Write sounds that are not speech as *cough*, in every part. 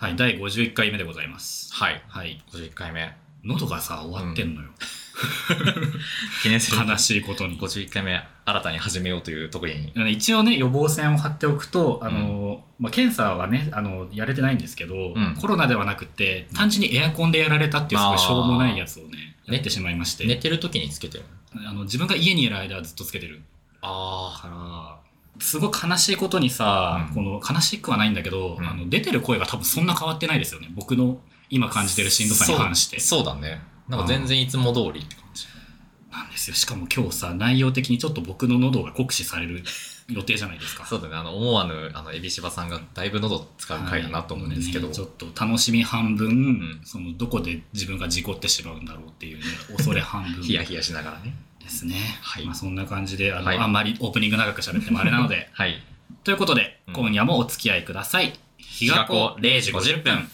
はい、第51回目でございます。はい。はい。 51回目。喉がさ、終わって *laughs* んのよ。記念する悲しいことに。 51回目、新たに始めようという特技に。一応ね、予防線を張っておくと、あの、まあ、検査はね、あの、やれてないんですけど、んコロナではなくて、単純にエアコンでやられたっていう、すごいしょうもないやつをね、あーやってしまいまして、寝てる時につけてるあの自分が家にいる間はずっとつけてる。あから、すごい悲しいことにさ、うんこの、悲しくはないんだけど、うんあの出てる声が多分そんな変わってないですよね。僕の今感じてるしんどさに関して。そうそうだね。なんか全然いつも通りって感じ。なんですよ。しかも今日さ、内容的にちょっと僕の喉が酷使される予定じゃないですか。 *laughs* そうだね。あの、思わぬ、あの、エビシバさんがだいぶ喉使う回だなと思うんですけど。はいちょっと楽しみ半分、んそのどこで自分が事故ってしまうんだろうっていうね、恐れ半 *laughs* 分ヒヤでヒヤしながらね。すね。はいまあそんな感じで、あの、はいあんまりオープニング長く喋ってもあれなので。はい。ということで、うん今夜もお付き合いください。日が子0時50分。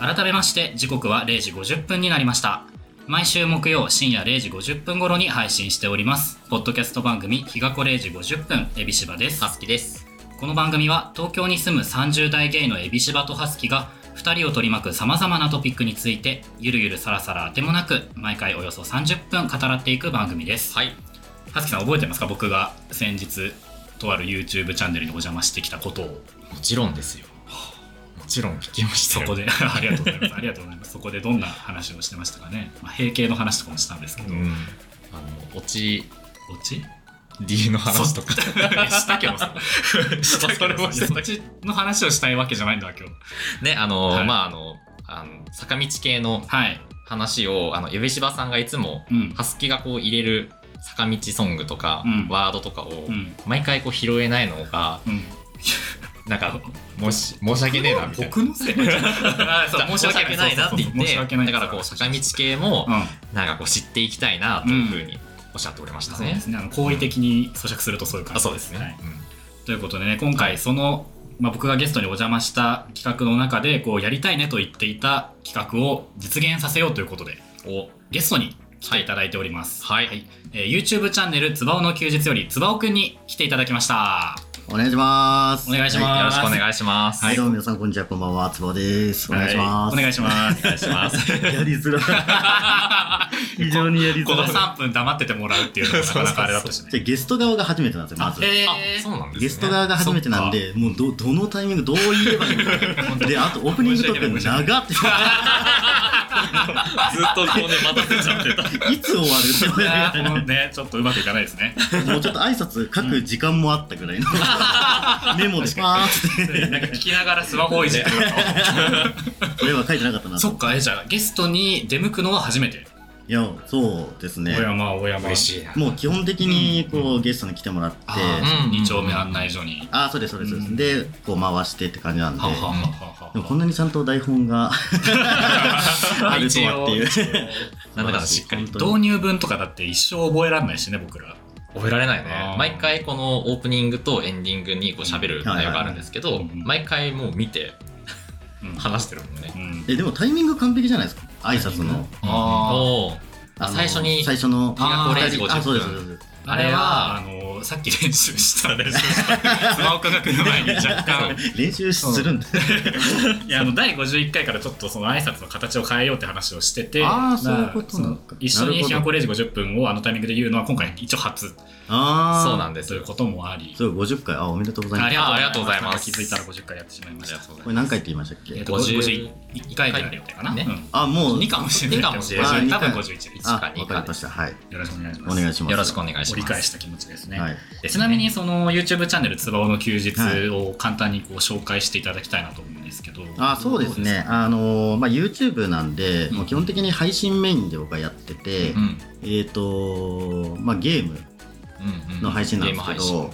改めまして時刻は0時50分になりました毎週木曜深夜0時50分頃に配信しておりますポッドキャスト番組日が子0時50分エビシバですハスキです。この番組は東京に住む30代ゲイのエビシバとハスキが2人を取り巻くさまざまなトピックについてゆるゆるさらさらあてもなく毎回およそ30分語らっていく番組です、はい。ハスキさん覚えてますか僕が先日とある YouTube チャンネルにお邪魔してきたことをもちろんですよ。もちろん聞きましたそよ。こで *laughs* ありがとうございますありがとうございますそこでどんな話をしてましたかね、まあ、閉経の話とかもしたんですけうど、ん。あの、落ち、オチ D の話とか。 *laughs* したけどさしたけどさまあそれもそっちの話をしたいわけじゃないんだ今日ね、あの、はいまあ、あの、あの坂道系のはい話をあのエベシバさんがいつもうんハスキがこう入れる坂道ソングとか、うんワードとかをうん毎回こう拾えないのがうんなんかもし申し訳ねえなみたいな。僕のせい *laughs* 申申し訳ないなって言ってだからこう坂道系もうん、なんかこう知っていきたいなというふうにおっしゃっておりましたそうでねす。ねあの好意的に咀嚼するとそういう感あじそうですね、はいということでね今回その、まあ、僕がゲストにお邪魔した企画の中でこうやりたいねと言っていた企画を実現させようということでうんおゲストに来ていただいております、はい、えー YouTube チャンネル「つばおの休日」よりつばおくんに来ていただきましたお願いします。お願いしますよろしくお願いします。はい、どうも皆さん、こんにちは、こんばんは、つぼです。お願いします。はいお願いしますお願いします。 *laughs* やりづら *laughs* い。非常にやりづこのらい。じゃ3分黙っててもらうっていうのがなかなかあれだったしねあゲスト側が初めてなんですよ、まず。えあそうなんですね。ゲスト側が初めてなんで、もうどどのタイミング、どう言えばいいのか。で、あ *laughs* とオープニングトーク長って、 *laughs* ずっとこうね待たせちゃってた。いつ終いわやーこのねちょっとうまくいかないですねるもうちょっと挨拶書く時間もあったぐ *laughs* らいの。メモでパーッつっなんか聞きながらスマホをいじってるて。俺は書いてなか *laughs* ったな。そっかえじゃあゲストに出向くのは初めて、いや、そうですねお。山お山嬉しいな。もう基本的にこうゲストに来てもらって、ああ、うん二丁目案内所に、ああ、そうです、そうです、そううです。んで、こう回してって感じなんで。はははははでもこんなにちゃんと台本があるとはっていう。なんだかんだしっかり本当に導入文とかだって一生覚えられないしね僕ら覚えられないあねー毎回このオープニングとエンディングにこう喋る内容があるんですけはいどはいはい毎回もう見てうん話してるもんねうん *laughs* えでもタイミング完璧じゃないですか挨拶のあーおーあの最初に最初のあー二人50あそうですそうですあれはあのさっき練習した練習した *laughs* スマホ科学の前に若干練習するんだいやあの第51回からちょっとその挨拶の形を変えようって話をしててだかあーらそういうことなのかその一緒なるに「ほどひやこ0時50分」をあのタイミングで言うのは今回一応初あーそうなんですということもありそう50回あおめでとうございますありがとうございますなんか気づいたら50回やってしまいましたこれ何回って言いましたっえっけと50 51回ぐらいの予定かな、ねうんあもう2かもしれない二かもしれない多分51ですあか二わかかりましたはいよろしくお願いしおます願いしますよろしくお願いし折りま返すした気持ちですね、はいでちなみにその YouTube チャンネル「つばおの休日」を簡単にこう紹介していただきたいなと思うんですけど、あそうですねあのーまあ YouTube なんでもう基本的に配信メインで僕はやっててうんえっとまあゲームうんうんの配信なんですゲーム配け信ど、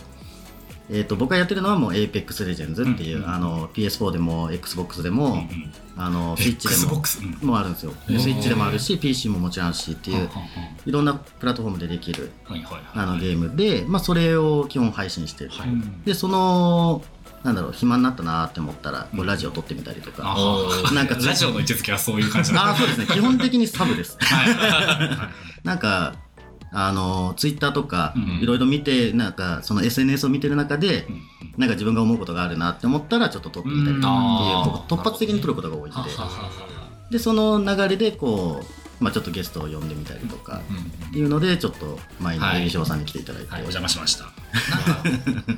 えー、と僕がやってるのはもう APEX Legends っていう、うんうんあの PS4 でも XBOX でうんうも、んあの Switch でも XBOX うんもうあるんですよへーで Switch でもあるし PC ももちろんあるしってはいう、んはんいろんなプラットフォームでできるはんはいはいはいあのゲームで、まあ、それを基本配信してる、はいうんでそのなんだろう暇になったなーって思ったらこうんうラジオ撮ってみたりとか、あお *laughs* ーなんかラジオの位置づけはそういう感じなんあだ *laughs* あそうですね基本的にサブですはいはいはいなんかあのツイッターとかうんいろいろ見てなんかその SNS を見てる中でうんなんか自分が思うことがあるなって思ったらちょっと撮ってみたりとかあっていうこう突発的に撮ることが多いんでははは *laughs* はでその流れでこう、まあ、ちょっとゲストを呼んでみたりとかうんっていうのでちょっと前にはい海老さんに来ていただいて、はい、お邪魔しました。なんか、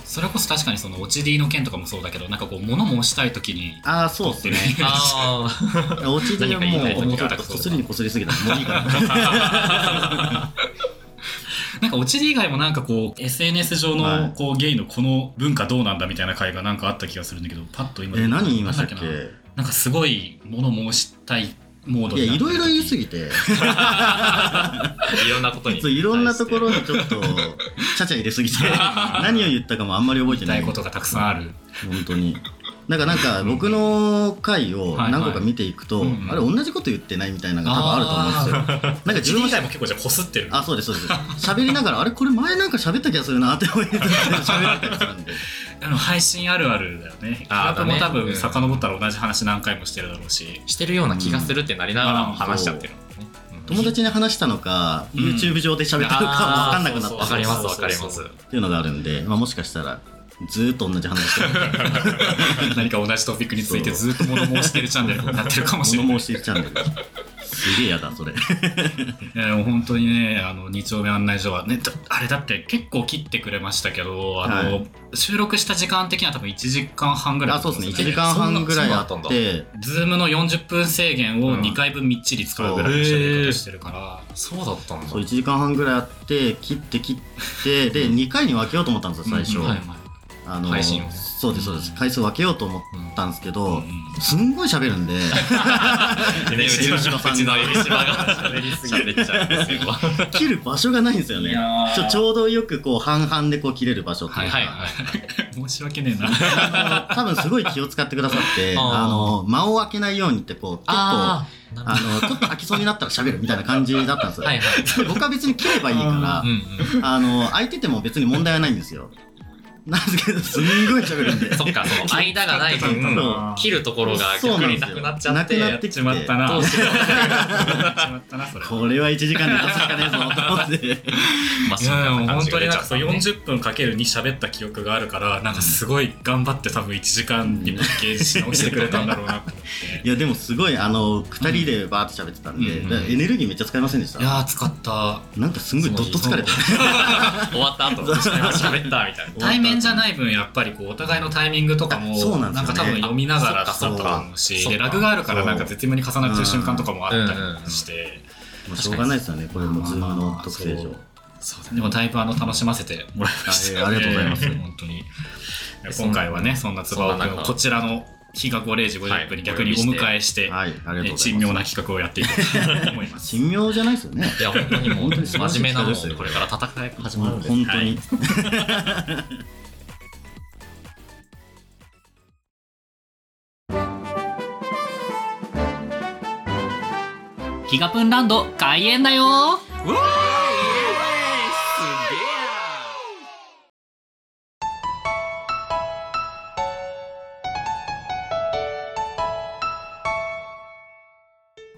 それこそ確かにその落ち D の件とかもそうだけど、なんかこう、物申したいときに、ああそうですねあーお家で何もか言いたい時うもうちがょあっるとこすりにこすりすぎたもういいかな *laughs* なんか落ち D 以外もなんかこう、SNS 上はのいこうゲイのこの文化どうなんだみたいな回がなんかあった気がするんだけど、パッと *laughs* 今、え何言いましたっなんだっなけなんかすごい物申したいモードいにやなっいてるろいろ言いすぎていろんなことにそういろんなところにちょっとちゃちゃ入れすぎて何を言ったかもあんまり覚え言ていなたいいことがたくさんある。本当になんかなんか僕の回を何個か見ていくと、はいはいうんうんあれ同じこと言ってないみたいなのが多分あると思うんですよなんか落自ち D 分も以外も結構じゃあこすってる。あそうですそうです喋りながらあれこれ前なんか喋った気がするなって思いながら喋ってたりする *laughs* んであの配信あるあるだよね。あ平子ーも多だねう分ん遡ったら同じ話何回もしてるだろうし。してるような気がするってなりながらも話しちゃってる友達に話したのか、うん YouTube 上で喋ったのかも分かんなくなったあーわかりますそうわそかうりそまうすそうっていうのがあるんで、まあ、もしかしたらずーっと同じ話してる何か同じトピックについてずっと物申してるチャンネルになってる *laughs* かもしれない。物申してチャンネルすげえやだそれいやでも本当にね、あの、2丁目案内所はね、だあれだって結構切ってくれましたけど、あの、は収録した時間的には多分1時間半ぐらいあだとそうで思すね1んよ時間半ぐらいあそんなそってズームの40分制限を2回分みっちり使うぐらいの喋り方してるから、そうだったんだそう1時間半ぐらいあって切って切ってで2回に分けようと思ったんですよ最初、うんはいはいあの配信をねそうですそうでうすん回数分けようと思ったんですけうど、んすんごい喋るんでねうちのうちの指しばが喋りすぎちゃうんですよ *laughs* 切る場所がないんですよねいやーちょちょうどよくこう半々でこう切れる場所ってはいういか、はいはい。申し訳ねえな。あの多分すごい気を使ってくださってあーあの間を空けないようにってこう結構あーなるほのちょっと空きそうになったら喋るみたいな感じだったんですどよ、はいはい僕は別に切ればいいから、うんあの空いてても別に問題はないんですよなんですけどすんごい喋るんでうんそっかその間がない分そう切るところが逆になくなっちゃってそうなんですよなくなってきてちまったな。どうしようやっちまったな、それ。これは1時間で出すしかねえぞと思ってまあいそんやでもな感本じ当にが出なんちかゃったそうね40分かけるに喋った記憶があるからなんかすごい頑張って多分1時間にパッケージし直してくれたんだろうなと思っていやでもすごいあの2人でバーッと喋ってたんで、うんだからエネルギーめっちゃ使いませんでした、やー使ったなんかすんごいどっと疲れて終わった後喋ったみたいな対面じゃない分やっぱりこうお互いのタイミングとかもあそうなんですよねか多分読みながらあだそっったかと思うしそっでかラグがあるからなんかそう絶妙に重なってる瞬間とかもあったりしてもうしょうがないですよねこれもうズームの特性そ上うそうだねでもだいぶあの楽しませてもらいましたよねあいやありがとうございま *laughs* す本当に今回はねそんなつばそんな君を中こちらの日が5 0時50分に逆にお迎えしてはいありがとうございます珍妙な企画をやっていこうと思います。神妙じゃないですよねいや本当にもう本当に素晴らしい真面目なも企画ですようこれから戦いが始まるん本で当に、はいギガプンランド開演だよ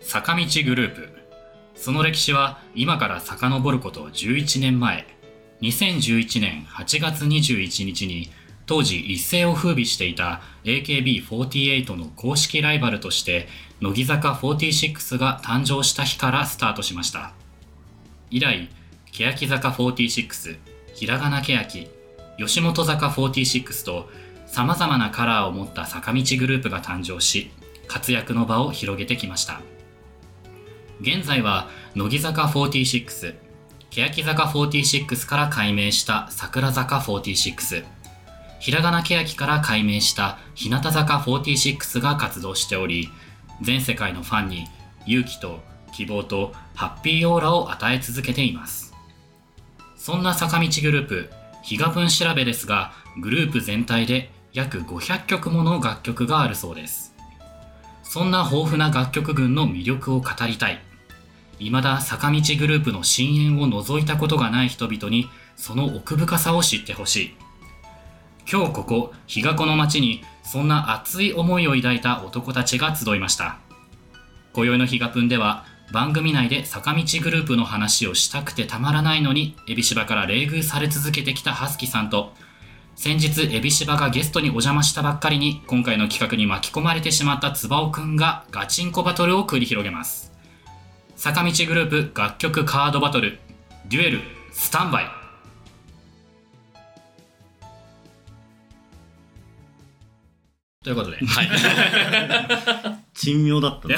坂道グループその歴史は今から遡ること11年前2011年8月21日に当時一世を風靡していた AKB48 の公式ライバルとして乃木坂46が誕生した日からスタートしました以来欅坂46ひらがな欅吉本坂46とさまざまなカラーを持った坂道グループが誕生し活躍の場を広げてきました現在は乃木坂46欅坂46から改名した桜坂46ひらがな欅から改名した日向坂46が活動しており全世界のファンに勇気と希望とハッピーオーラを与え続けていますそんな坂道グループ比嘉分調べですがグループ全体で約500曲もの楽曲があるそうですそんな豊富な楽曲群の魅力を語りたい。未だ坂道グループの深淵を覗いたことがない人々にその奥深さを知ってほしい。今日ここ、日がこの街にそんな熱い思いを抱いた男たちが集いました。今宵の日がぷんでは番組内で坂道グループの話をしたくてたまらないのにエビシバから冷遇され続けてきたハスキさんと先日エビシバがゲストにお邪魔したばっかりに今回の企画に巻き込まれてしまったつばおくんがガチンコバトルを繰り広げます坂道グループ楽曲カードバトルデュエルスタンバイということ *laughs* で、はい。珍妙だったね。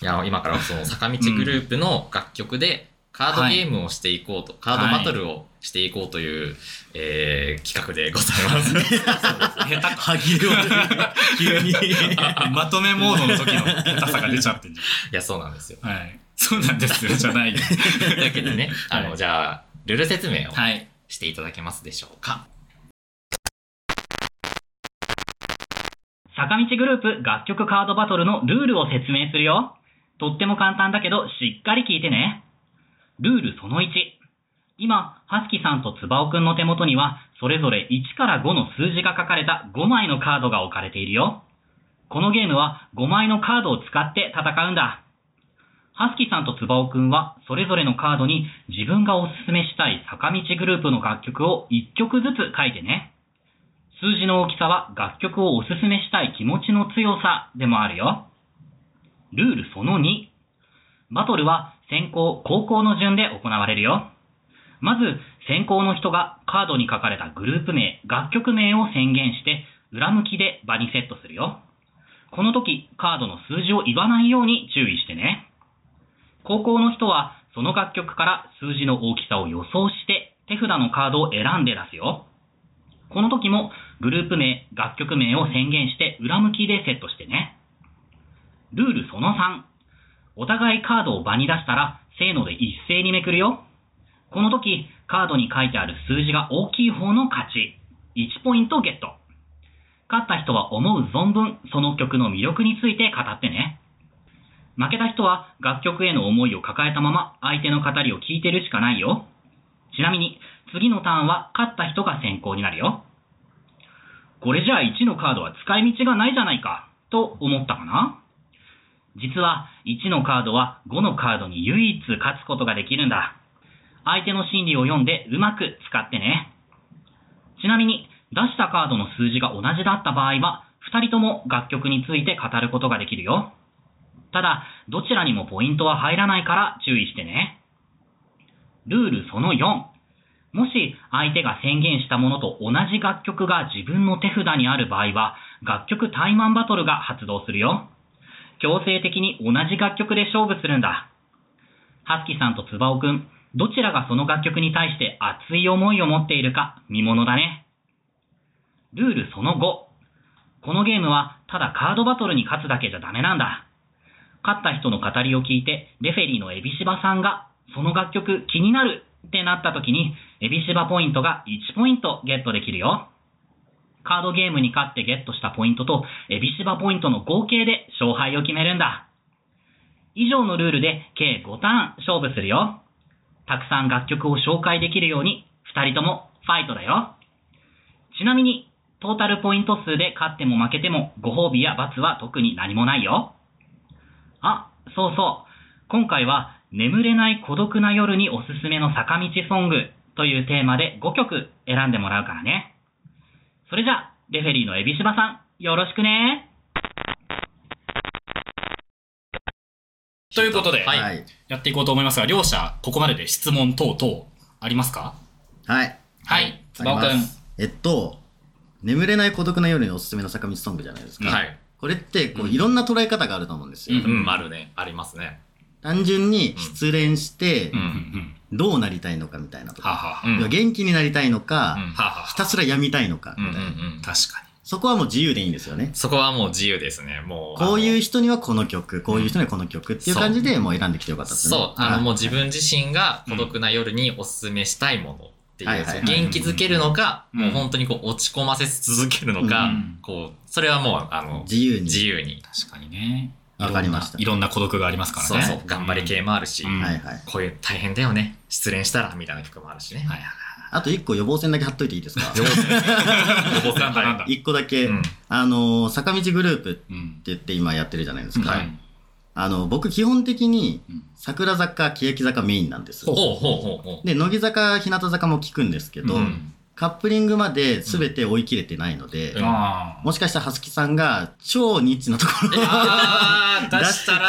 いや、今からその坂道グループの楽曲で、カードゲームをしていこうと、カードバトルをしていこうという、えー企画でございます。下手歯切れ悪い。急に。かまとめモードの時の下手さが出ちゃってんじいや、そうなんですよ。ゃん。はい。そうなんですよ、じゃ *laughs* ないよ。というわけでね、あの、はいじゃあ、ルール説明をはい。していただけますでしょうか。坂道グループ楽曲カードバトルのルールを説明するよ。とっても簡単だけど、しっかり聞いてね。ルールその1。今、ハスキさんとツバオくんの手元には、それぞれ1から5の数字が書かれた5枚のカードが置かれているよ。このゲームは5枚のカードを使って戦うんだ。ハスキさんとツバオくんは、それぞれのカードに自分がおすすめしたい坂道グループの楽曲を1曲ずつ書いてね。数字の大きさは楽曲をおすすめしたい気持ちの強さでもあるよ。ルールその2。バトルは先行、後攻の順で行われるよ。まず、先行の人がカードに書かれたグループ名、楽曲名を宣言して、裏向きで場にセットするよ。この時、カードの数字を言わないように注意してね。後攻の人は、その楽曲から数字の大きさを予想して、手札のカードを選んで出すよ。この時もグループ名、楽曲名を宣言して裏向きでセットしてね。ルールその3。お互いカードを場に出したら、せーので一斉にめくるよ。この時、カードに書いてある数字が大きい方の勝ち。1ポイントゲット。勝った人は思う存分、その曲の魅力について語ってね。負けた人は楽曲への思いを抱えたまま相手の語りを聞いてるしかないよ。ちなみに、次のターンは勝った人が先行になるよ。これじゃあ1のカードは使い道がないじゃないか、と思ったかな実は1のカードは5のカードに唯一勝つことができるんだ。相手の心理を読んでうまく使ってね。ちなみに出したカードの数字が同じだった場合は、2人とも楽曲について語ることができるよ。ただ、どちらにもポイントは入らないから注意してね。ルールその4。もし相手が宣言したものと同じ楽曲が自分の手札にある場合は、楽曲タイマンバトルが発動するよ。強制的に同じ楽曲で勝負するんだ。はすきさんとつばおくん、どちらがその楽曲に対して熱い思いを持っているか見ものだね。ルールその5。このゲームはただカードバトルに勝つだけじゃダメなんだ。勝った人の語りを聞いて、レフェリーのエビシバさんが、その楽曲気になるってなった時に、エビシバポイントが1ポイントゲットできるよ。カードゲームに勝ってゲットしたポイントと、エビシバポイントの合計で勝敗を決めるんだ。以上のルールで計5ターン勝負するよ。たくさん楽曲を紹介できるように、2人ともファイトだよ。ちなみに、トータルポイント数で勝っても負けても、ご褒美や罰は特に何もないよ。あ、そうそう。今回は、眠れない孤独な夜におすすめの坂道ソングというテーマで5曲選んでもらうからね。それじゃあ、レフェリーのエビシバさん、よろしくね。ということで、はいはい。やっていこうと思いますが、両者、ここまでで質問等々ありますかはい。はい。つばおくありんま。すえっと、眠れない孤独な夜におすすめの坂道ソングじゃないですか。はい。これって、こうう、んいろんな捉え方があると思うんですよ。うんうん、あるね。ありますね。単純に失恋してうう、。んうんん。どうなりたいのかみたいなとはあか。はあはあ。うん要は元気になりたいのうかん、はあはあひはたすら病みたいのかうんうんみたいな。うんあ。確かそこはもう自由でいいんですよね。そこはもう自由ですね。もう。こういうう。人にはこの曲、こういう人にはこの曲っていう感じでもう選んできてよかったですね。そう。あの、もう自分。分自身が孤独な夜におすすめしたいものってはいいはう、いはいそう元気づけるのか、うんもう本当にこう落ち込ませ続けるのうかん、こう、それはもう、あの、自由に。自由に。に。確かにね。わかりましたいろんな孤独がありますからね。そうそう。頑張り系もあるし、うんはいはい。こういう大変だよね。失恋したら、みたいな曲もあるしね。はいはいあと一個予防線だけ貼っといていいですか上手。 *laughs* 上手なんだなんだ。一個だけ、うんあのー坂道グループってうん。言って今やってるじゃないですか。はいうんあの、僕基本的にうん桜坂、欅坂メインなんです。ほうほうほう *laughs* ほう。で、乃木坂、日向坂も聞くんですけど、うんカップリングまで全て追い切れてないので、うんあもしかしたらはすきさんが超ニッチなところあー、出したら、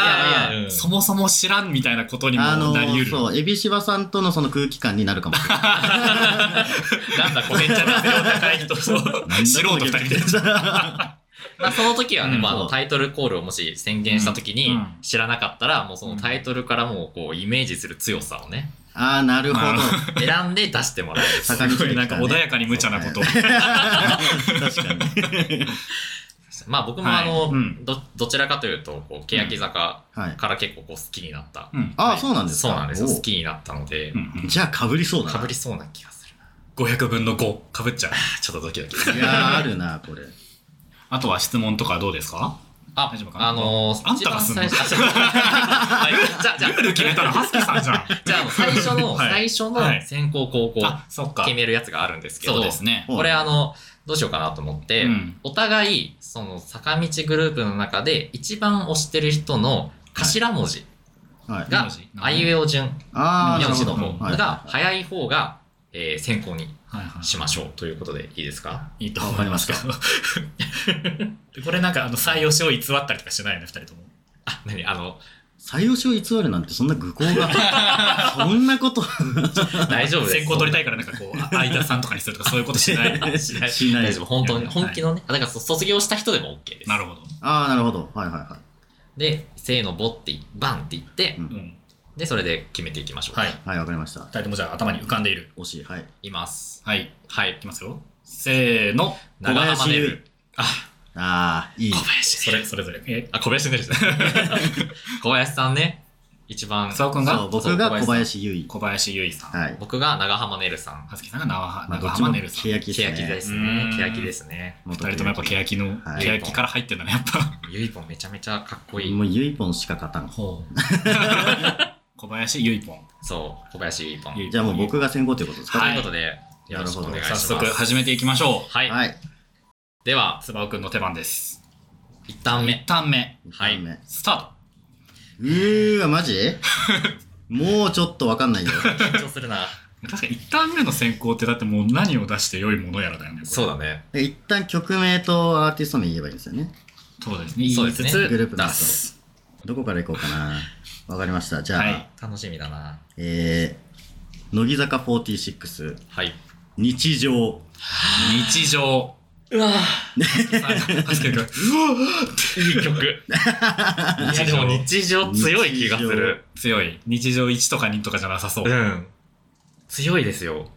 いあ、そもそも知らんみたいなことにもあのなりうる。そう、エビシバさんとのその空気感になるかもしれない。なんだこめれっち。ゃ熱量高い人と素人二人で。 *laughs* まあその時はね、うんまああのタイトルコールをもし宣言したう時にんうん知らなかったら、もうそのタイトルからもうこうイメージする強さをね、ああ、なるほなるど。選んで出してもらう。坂道すご *laughs* いなんか穏やかに無茶な *laughs* ことを。確かに。まあ僕もはあいの、うんどどちらかというと、こう、欅坂はい。から結構こう好きになった。うんああ、そうなんですか。そうなんですよ。おう好きになったので、うんじゃあ、かぶりそうだかな。ぶりそうな気がするな。 500分の5かぶっちゃう。ちょっとドキドキ。いやー、あるな、これ。あとは質問とかどうですかあ、大丈夫かなあのー、あんたがすんの一番最初 *laughs* はいじゃあ、じゃあ、ルール決めたのハスキさんじゃん。 *laughs* じゃああの、最初の、はい最初のはい先行後攻あ、そっか決。めるやつがあるんですけど、そうですね。これあの、どうしようかなと思って、うんお互い、その、坂道グループの中で、一番推してる人の頭文字はい。はがい、あいうえお順、ああ、な名る字ほのど。名字方はいが、早い方が、えー先行にはいはしましょうということでいいですかい。いいとあわ思かいりまますしけたど。これなんかあの採用しを偽ったりとかしないよね、二人とも。あ、何あの、採用しを偽るなんて、そんな愚行 *laughs* が。そんなこと大丈夫です。先行取りたいからなんかこう、あ相田さんとかにするとかそういうことしない。な *laughs* しないしない大丈夫。本当に、はい本気のね。あだから、そ卒業した人でも OK です。るほど。ああ、なるほど。はいはいはで、せーの、ぼって、バンって言って、うんうん。で、それで決めていきましょう。はい。。い。はい、わかりました二。人ともじゃあ頭に浮かんでいる。惜しい。はい。います。はい。はいいき。ますよ。せーの。小林 *laughs* ね優る。あ、ああ、いい。小林そねれ、る。それぞれ。え、あ、小林ねるじゃない。小林さんね。一番。草尾くんそう、が僕が小林優衣。小林優衣さん。はい。僕が長浜ねるさん。はすきさんが長浜まあ、長どっち浜もねるさん。欅ですね。欅ですうねん。欅ですね。二二人ともやっぱ欅の、はい欅から入ってんだね、やっぱ。 *laughs* ゆいぽんめちゃめちゃかっこいもい。うゆいぽんしか勝たん。ほう。小林ゆいぽん。そう、小林ゆいぽん。ゆいとじゃあもう僕が先行ということですか、はいいうことで、よろしくお願いし早ます。速始めていきましょう。はい。はい。では、つばおくんの手番です。一旦目一。旦目、はい二番目スタート。うーわ、マジ *laughs* もうちょっとわかんないよ。緊張するな。確か一旦目の選考ってだってもう何を出して良いものやらだよね。そうう。だね。で一旦曲名とアーティスト名言えばいいんですよね。そうですね。そう言いですつねつ、グループの出後す。どこから行こうかな。わかりました。じゃあ、はい楽しみだな。えー、乃木坂46、はい。日常。 *laughs* 日常。うわ確かに。いい曲。 *laughs* 日常、日常強い気がする。 *laughs* 強い。日常1とか2とかじゃなさそう *laughs* う。ん。強いですよ。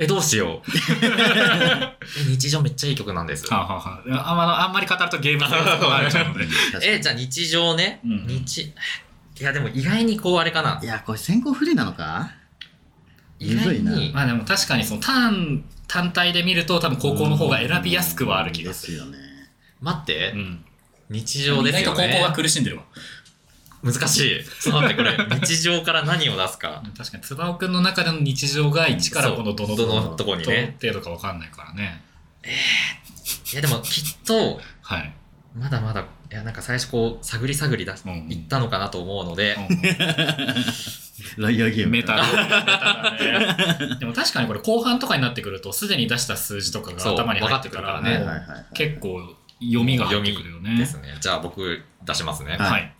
え、どうしよ *laughs* う。え日常めっちゃいい曲なんです。はあ、はあはあ、あんまあんまり語るとゲーム性があるので。確かえ、じゃあ日常ね。うん日、いやでも意外にこうあれかなにい。や、これ先行不利なのか意外むずにまあでも確かにそのターン単体で見ると多分高校の方が選びやすくはある気がする。ですよね。待ってう、ん。日意常で外すとよ高校がね。苦しんでるわ。難しい。ちょっと待って、こ *laughs* れ、日常から何を出すか。確かに、つばおくんの中での日常が1からこのどのどのとこにね。程度かわかんないからね。いやでもきっと、はい。まだまだ、いやなんか最初こう、探り探り出す、うんうんいったのかなと思うので、ライアーゲーム。メタル。メタだね。 *laughs* でも確かにこれ後半とかになってくると、すでに出した数字とかがそう頭に入ってくるからはいね。はいもはういはい。結構読みが入ってくるよね。ですね。じゃあ僕出しますね。はいはい。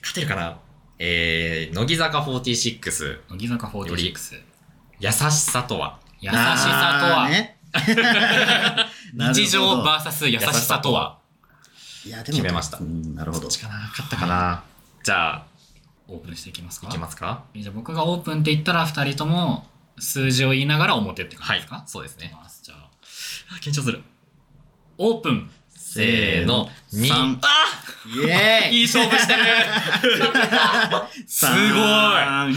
勝てるかなえー、乃木坂46、乃木坂46。優しさとは優しさとは、 *laughs* あーねなるほど日常 VS 優しさとは。いやでも決めましたうんなるほどどっちかな勝ったかなじゃあ、オープンしていきますかいきますかじゃあ僕がオープンって言ったら2人とも数字を言いながら表って感じはでいすか、。そうですね。じゃあ緊張するオープンせーの、に三あイエーイいい勝負 *laughs* してる *laughs* すごいや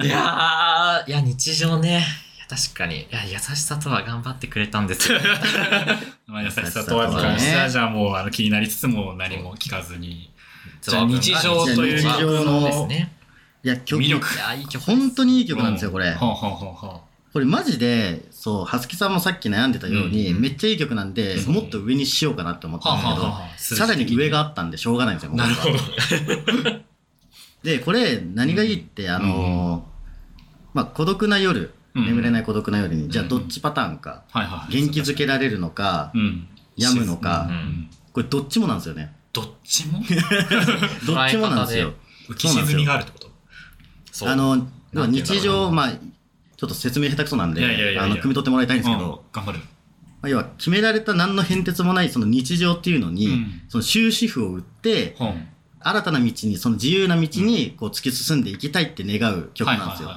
ー、いや、日常ね。いや確かに。いや、優しさとは頑張ってくれたんですよ。まあ優しさとはに関してはじゃあもうあの気になりつつも何も聞かずにじゃあ日常というじゃあ日常日常のですね。いや曲魅力いや、いい曲です。本当にいい曲なんですようこれほうほうほうほうこれマジで、そう、はすきさんもさっき悩んでたように、うんうんめっちゃいい曲なんで、うんもっと上にしようかなって思っはたんあ、だはけど、あはあ、さらに上があったんでしょうがないんですよ、なる僕はほど。。で、これ、何がいいって、あのーまあ、孤独な夜、眠れないい孤独な夜に、じゃあうんどっちパターンか、はいはい。元気づけられるのか、うん。病むのうか、ん。これどっちもなんですよね。どっちもどっちもなんですよ。浮き沈みがあるってことそう。あの、まあなんていうんだろうな日常、まあ、ちょっと説明下手くそなんいやいやいやいで、やあの、汲み取ってもらいたいんですけうんど、頑張る。まあ要は決められた何の変哲もないその日常っていうのうに、んその終止符を打って、本。新たな道に、その自由な道にこう突き進んでいきたいって願う曲なんですよはい。はいはいはいはい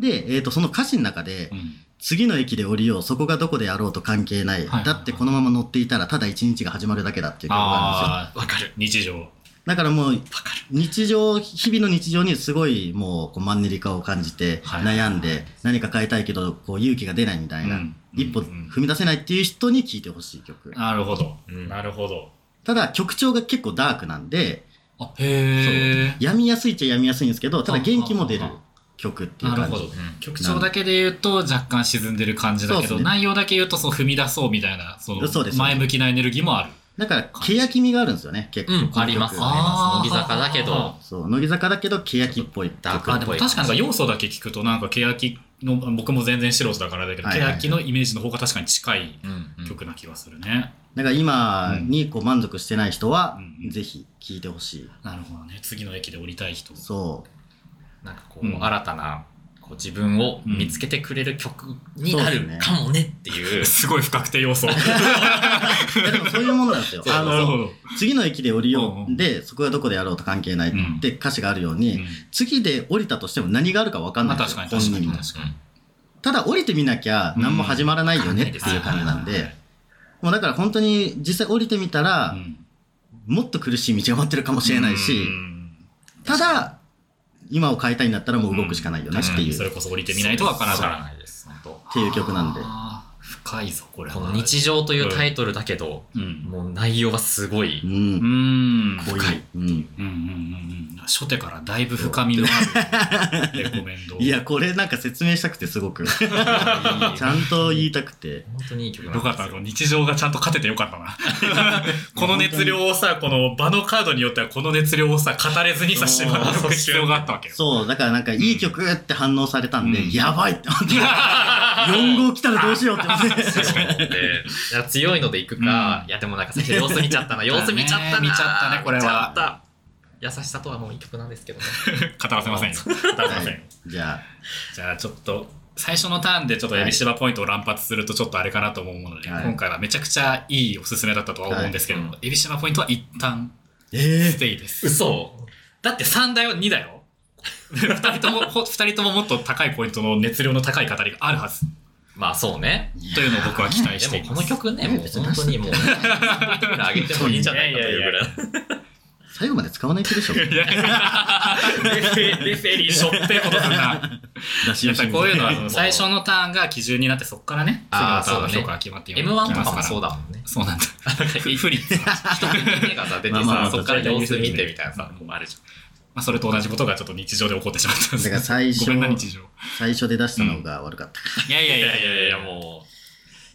で、えっと、その歌詞の中で、はい。次の駅で降りよう、そこがどこであろうと関係ない。はいだってこのまま乗っていたら、ただ一日が始まるだけだっていう曲があるんああ、でわかる。日常。すよ。だからもう、日常、日々の日常にすごいもうこうマンネリ化を感じて、はいはい悩んで、何か変えたいけど、こう勇気が出ないみたいな、うん一歩うん踏み出せないっていう人に聴いてほしい曲。なるほど。うんなるほど。ただ曲調が結構ダークなんで、あ、へえ。病みやすいっちゃ病みやすいんですけど、ただ元気も出るあああ曲っていうなる感ほどじ。。曲調だけで言うと若干沈んでる感じだけど、そうですね内容だけ言うとそう踏み出そうみたいな、そそうでのす前向きなエネルギーもある。だから、欅みがあるんですよね、結構。うんこの曲ありますああります。あー乃木坂だけど、そう、乃木坂だけど、欅っぽいダーク曲あ、でも確かになんか要素だけ聞くと、なんか欅の、僕も全然素人だからだけど、はいはいはい欅のイメージの方が確かに近いうんうん曲な気がするね。だから今にこう満足してない人はうんうんぜひ聴いてほしい。なるほどね。次の駅で降りたい人。そう。なんかこうんう、新たな、こう自分を見つけてくれる曲になそうですねるかもねっていう。すごい不確定要素。。*laughs* いやでもそういうものなんですよ *laughs* ああなるほのど。次の駅で降りようんううんでそこがどこでやろうと関係ないうんって歌詞があるよううに、ん次で降りたとしても何があるか分かんないんですまあよ、確かに本人確もかに。ただ降りてみなきゃ何も始まらないよねっていう感じなんはいはいはでい、もうだから本当に実際降りてみたら、うんもっと苦しい道が待ってるかもしれないし、うんただ今を変えたいんだったらもう動くしかないよねっていう、それこそ降りてみないとわからそうない。ないです。本当っていう曲なんで。あー深いぞ、これは。この日常というタイトルだけど、うん。もう内容がすごい。うんう。ん。濃深い。い。うんうんうんうんうん。初手からだいぶ深みのあ *laughs* るレコメンド。いや、これなんか説明したくてす *laughs* ごく。 *laughs* ちいい本ゃんと言いたくて。当にいい曲なんよかったですなよ。日常がちゃんと勝ててよかったな。 *laughs* この熱量をさ、この場のカードによってはこの熱量をさ、語れずにさ、しまう *laughs* 必要があったわけよ。そう、だからなんかいい曲って反応されたんで、うんやばいっ *laughs* て思って。4号来たらどうしようって思っ *laughs* て。でいや強いので行くか、いやでもなんか先様子見ち *laughs* ゃったな、様子見ちゃったな、見ちゃったねこれは見ちゃった優しさとはもういい曲なんですけどね。語らせませんよ。語らせませんよ。じゃあ、じゃあちょっと最初のターンでちょっとエビシバポイントを乱発するとちょっとあれかなと思うので、はい今回はめちゃくちゃいいおすすめだったとは思うんですけども、はエビシバポイントは一旦えステイです。嘘だって3だよ、2だよ。2人とも、ほ二人とももっと高いポイントの熱量の高い語りがあるはずまあそうね。というのを僕は期待でしていもます。この曲ね、ねもう本当にもう、ぐらい上げてもいいんじゃないかというぐらい。最後まで使わない気でしょ。い *laughs* やレフェレフェリーしょってこと *laughs* だな。出しや惜っしぱりみでこういうのはそのもう最初のターンが基準になってそこからね、次のあターーンのそうだね評価が決まっていく M1 とかまもすそうだもんね。そうなんだ。一不利。組目がさ、出てまあまさあ、そっから様子見てみたいなさ、もうあるじまあ、それと同じことがちょっと日常で起こってしまったんですだから最初ごめんな、日常。最初で出したのが悪かった。いやいやゃん。いいややいいややいいやや、もも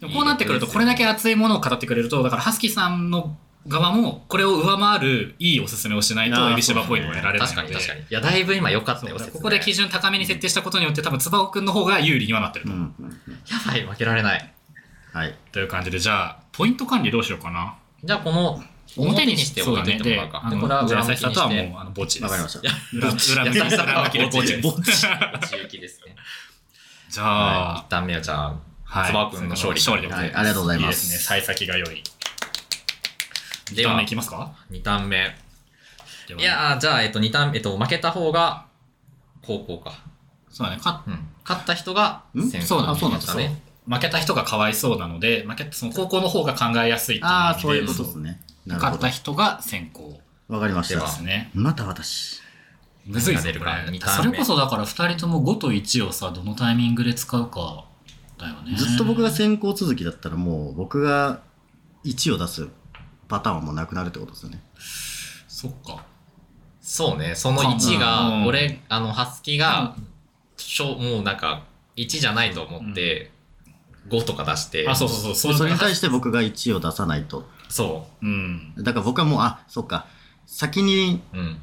う。こうなってくると、これだけ熱いものを語ってくれると、だから、ハスキーさんの側も、これを上回るいいおすすめをしないあと、ーエビシバポイントを得らう、れない確のかで。に確かに。いや、だいぶ今良かったそうよ、だから説こ明こで基準高めに設定したことによって、多分、つばおくんの方が有利にはなってるうと。ん。うんやばい、負けられない。はい。という感じで、じゃあ、ポイント管理どうしようかな。じゃあ、この、表にして置いといてもらうか。そうだねであで、これはのじゃあ、裏優向しさきにとはしもてう、。あの、墓地でわす。かりました。裏向き、裏向き優しさとはの墓地 *laughs* です墓地内行きですね。じゃあ一、旦目はじゃあ、はいつばくんの勝利勝利でございます。はいありがとうございますいいですね。幸先が良い。ででは、はいきますか二段目。ではいやー、じゃあ、えっと、二段、えっと、負けた方が、高校か。そうだね。かうん。勝った人が、ん先そうだ攻そうなんででしすたね。負けた人がかわいそうなので、負けその高校の方が考えやすいってああ、そういう意こ味とでですね。なる勝ほったど。人が先行わかりましでではた。すね。また私。むずいぞ何が出るこかれ二ターンそ目れこそだから2人とも5と1をさ、どのタイミングで使うかだよね。ずっと僕が先行続きだったらもう僕が1を出すパターンはもうなくなるってことですよね。そっか。そうね、その1うんが、俺、あの、ハスキが、しょもうなんか、 1じゃないと思って、5とか出して、あ、そうそうそう、そそういれうに対して僕が1を出さないと。そうん。だから僕はもう、あ、そっか。先にう。うん。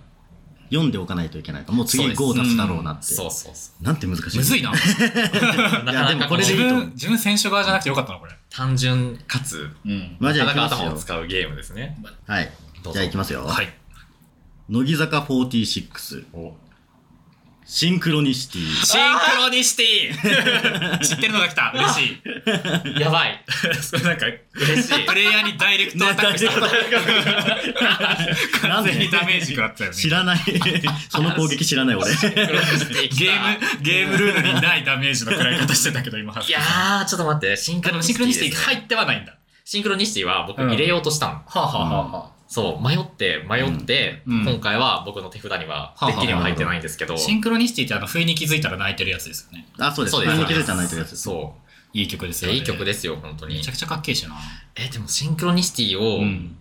読んでおかないといけないと。もう次そうです5を出すだろうなって。そうそうそなんて難しい。むずいな。う。なかでなもかここれれ自でいいと思う分、自分選手側じゃなくてよかったな、これ。単純かつ、うん。まあ、なじゃかあなか行き頭をますよ。使うゲームですね。はい。どうぞじゃあ行きますよ。はい。乃木坂46、おシンクロニシティ。シンクロニシティ *laughs* 知ってるのが来た。嬉しい。やばい。それなんか、嬉しい。プレイヤーにダイレクト *laughs* アタ *laughs* ックした。なん完全でにダメージ食らったよね。知らない。その攻撃知らない俺。ゲゲーム、ゲームルールにないダメージの食らい方してたけど、今。いやー、ちょっと待って、シンクあロのニシシンクロティニでシすティね、が入ってはないんだ。シンクロニシティは僕入れようとしたの。はあ、はあはあはそう、迷って、迷って、うん今回は僕の手札には、はあデッキには入ってないんですけど、あ、シンクロニシティってあの、不意に気づいたら泣いてるやつですよね。あ、そうです。そうこですれに気づいたないというやつ。そいい曲ですう。よ、。いい曲ですすよ、本当にめちゃ。くちゃかっけえしな。え、でもシンクロニシティうをん。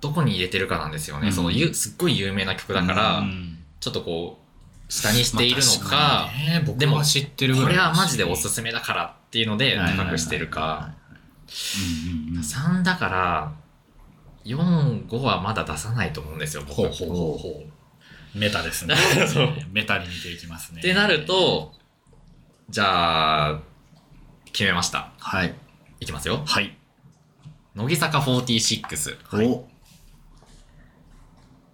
どこに入れてるかなんですよね。うんそのゆ、すっごい有名な曲だから、うんちょっとこう、下にしているのまあか確、にね僕でもは知ってるぐらいこれはマジでおすすすめだからっていうのではい高くしてるか。うんうんうん3だから、4、5はまだ出さないと思うんですよ、僕。ほうほうほうほう。メタですねそう。メタに似ていきますね。ってなる、と、じゃあ、決めました。はい。いきますよ。はい。乃木坂46。お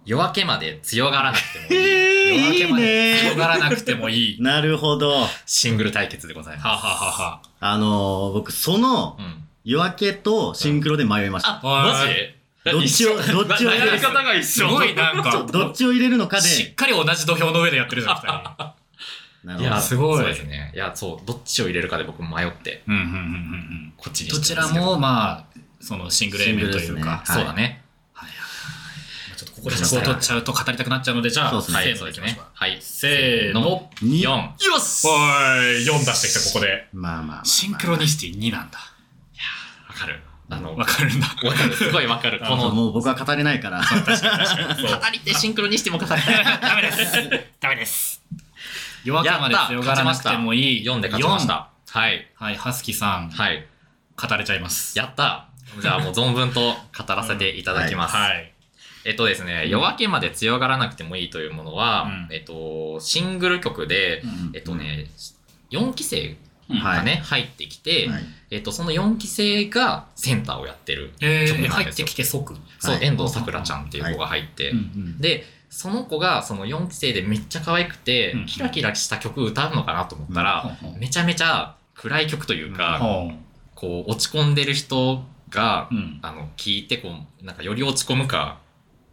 夜明けまで強がらなくてもいい。え夜明ー、いけいまでね広がらなくてもいい。なるほど。シングル対決でございます。はあはあはあはあのー、僕、そのう、ん。夜明けとシンクロで迷いました。あ、マジどっちをどっちを *laughs* やり方が一緒。すごいなんちょか、どっちを入れるのかで。しっかり同じ土俵の上でやってるじゃん、二ないるほや、ど。すごいそうですね。いや、そう、どっちを入れるかで僕迷って、人。うんうんうんうんこっちうん。にどしてちるんでらすけども、まあ、そのシングル A 面といシングうルですねか、そうだね。ちょっとここでここを取っちゃうと語りたくなっちゃうので、じゃあ、そうですねせはい、ーのそうでいできましすねょう。。はい。せーの。4。によしおわい、4出してきた、ここで。まあまあまあまあ。シンクロニシティ2なんだ。かる。あの、わわかるんだ。かる。すごいわかる。こそうの、もう僕は語れないから。そう語り手シンクロにしても語りたい。ダメです。ダメです。夜明けまで強がらなくてもいい。 4で勝ちました。はい。四。はい、ハスキさん、はい。語れちゃいます。やったじゃあもう存分と語らせていただきます。はい。えっとですね、夜明けまで強がらなくてもいいというものは、えっと、シングル曲で、えっとね、4期生がね、入ってきて、はいえっと、その4期生がセンターをやってるえ曲ー、なん入でっすてよ。きて即。うんそう、はい遠藤さくらちゃんっていう子が入って、うん。でその子がその4期生でめっちゃ可愛くて、うんキラキラした曲歌うのかなと思ったら、うんめちゃめちゃ暗い曲というか、ほこう落ち込んでる人が、ううん。あの聞いてこうなんかより落ち込むか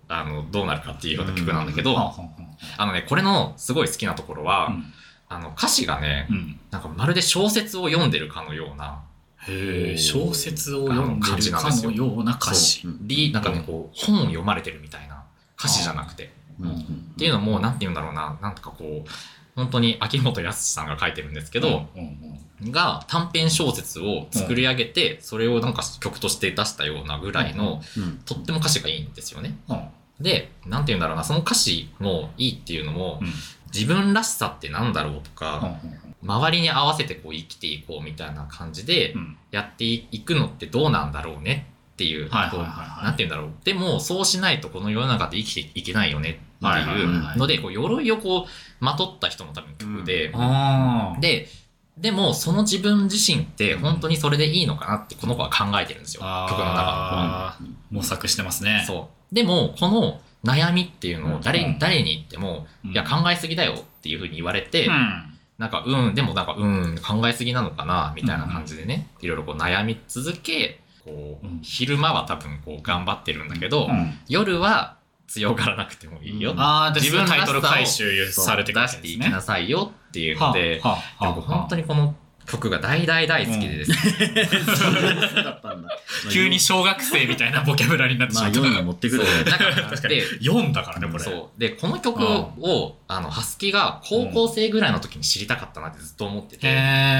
あのどうなるかっていうような曲なんだけど、ほうほうほうあのねこれのすごい好きなところは、うんあの歌詞がねうん。なんかまるで小説を読んでるかのようなへえ、小説を読んでるかのような歌詞う。んリなんかねこう本を読まれてるみたいな歌詞じゃなくて。うんうんっていうのも、なんて言うんだろうな、なんとかこう、本当に秋元康さんが書いてるんですけど、うんうんが短編小説を作り上げて、それをなんか曲として出したようなぐらいの、うんとっても歌詞がいいんですよね。うん。で、なんて言うんだろうな、その歌詞のいいっていうのも、うん自分らしさってなんだろううとんか、周りに合わせてこう生きていこうみたいな感じでう、んやっていくのってどうなんだろうねっていう、はいはいこうはいはいなんて言うんだろう。でも、そうしないとこの世の中で生きていけないよねってはいはいいはいはういので、こう鎧をこう、まとった人のための曲で、あーで、でも、その自分自身って本当にそれでいいのかなってこの子は考えてるんですよ。曲あー。の中模索してますねで。。そう。でも、この悩みっていうのを誰,、うん誰に言っても、うんいや、考えすぎだよっていうふうに言われて、うん。なんか、うん、でもなんか、うん、考えすぎなのかな、みたいな感じでね、いろいろこう悩み続け、こううん、昼間は多分こう頑張ってるんだけど、うん夜は強がらなくてもいいよ。うんああ、で、自分らしタさをイトル回収されてくるわ出けしてでいすきねな。さいよっていうので、はあはあ僕本当にこの曲が大大大好きでですね、そうだったんだ急に小学生みたいなボキャブラリーになってしままあった。 4に持って *laughs* くるそうなんか確かにで4だからね、これ。そうでこの曲をあのハスキが高校生ぐらいの時に知りたかったなってずっと思ってて、へ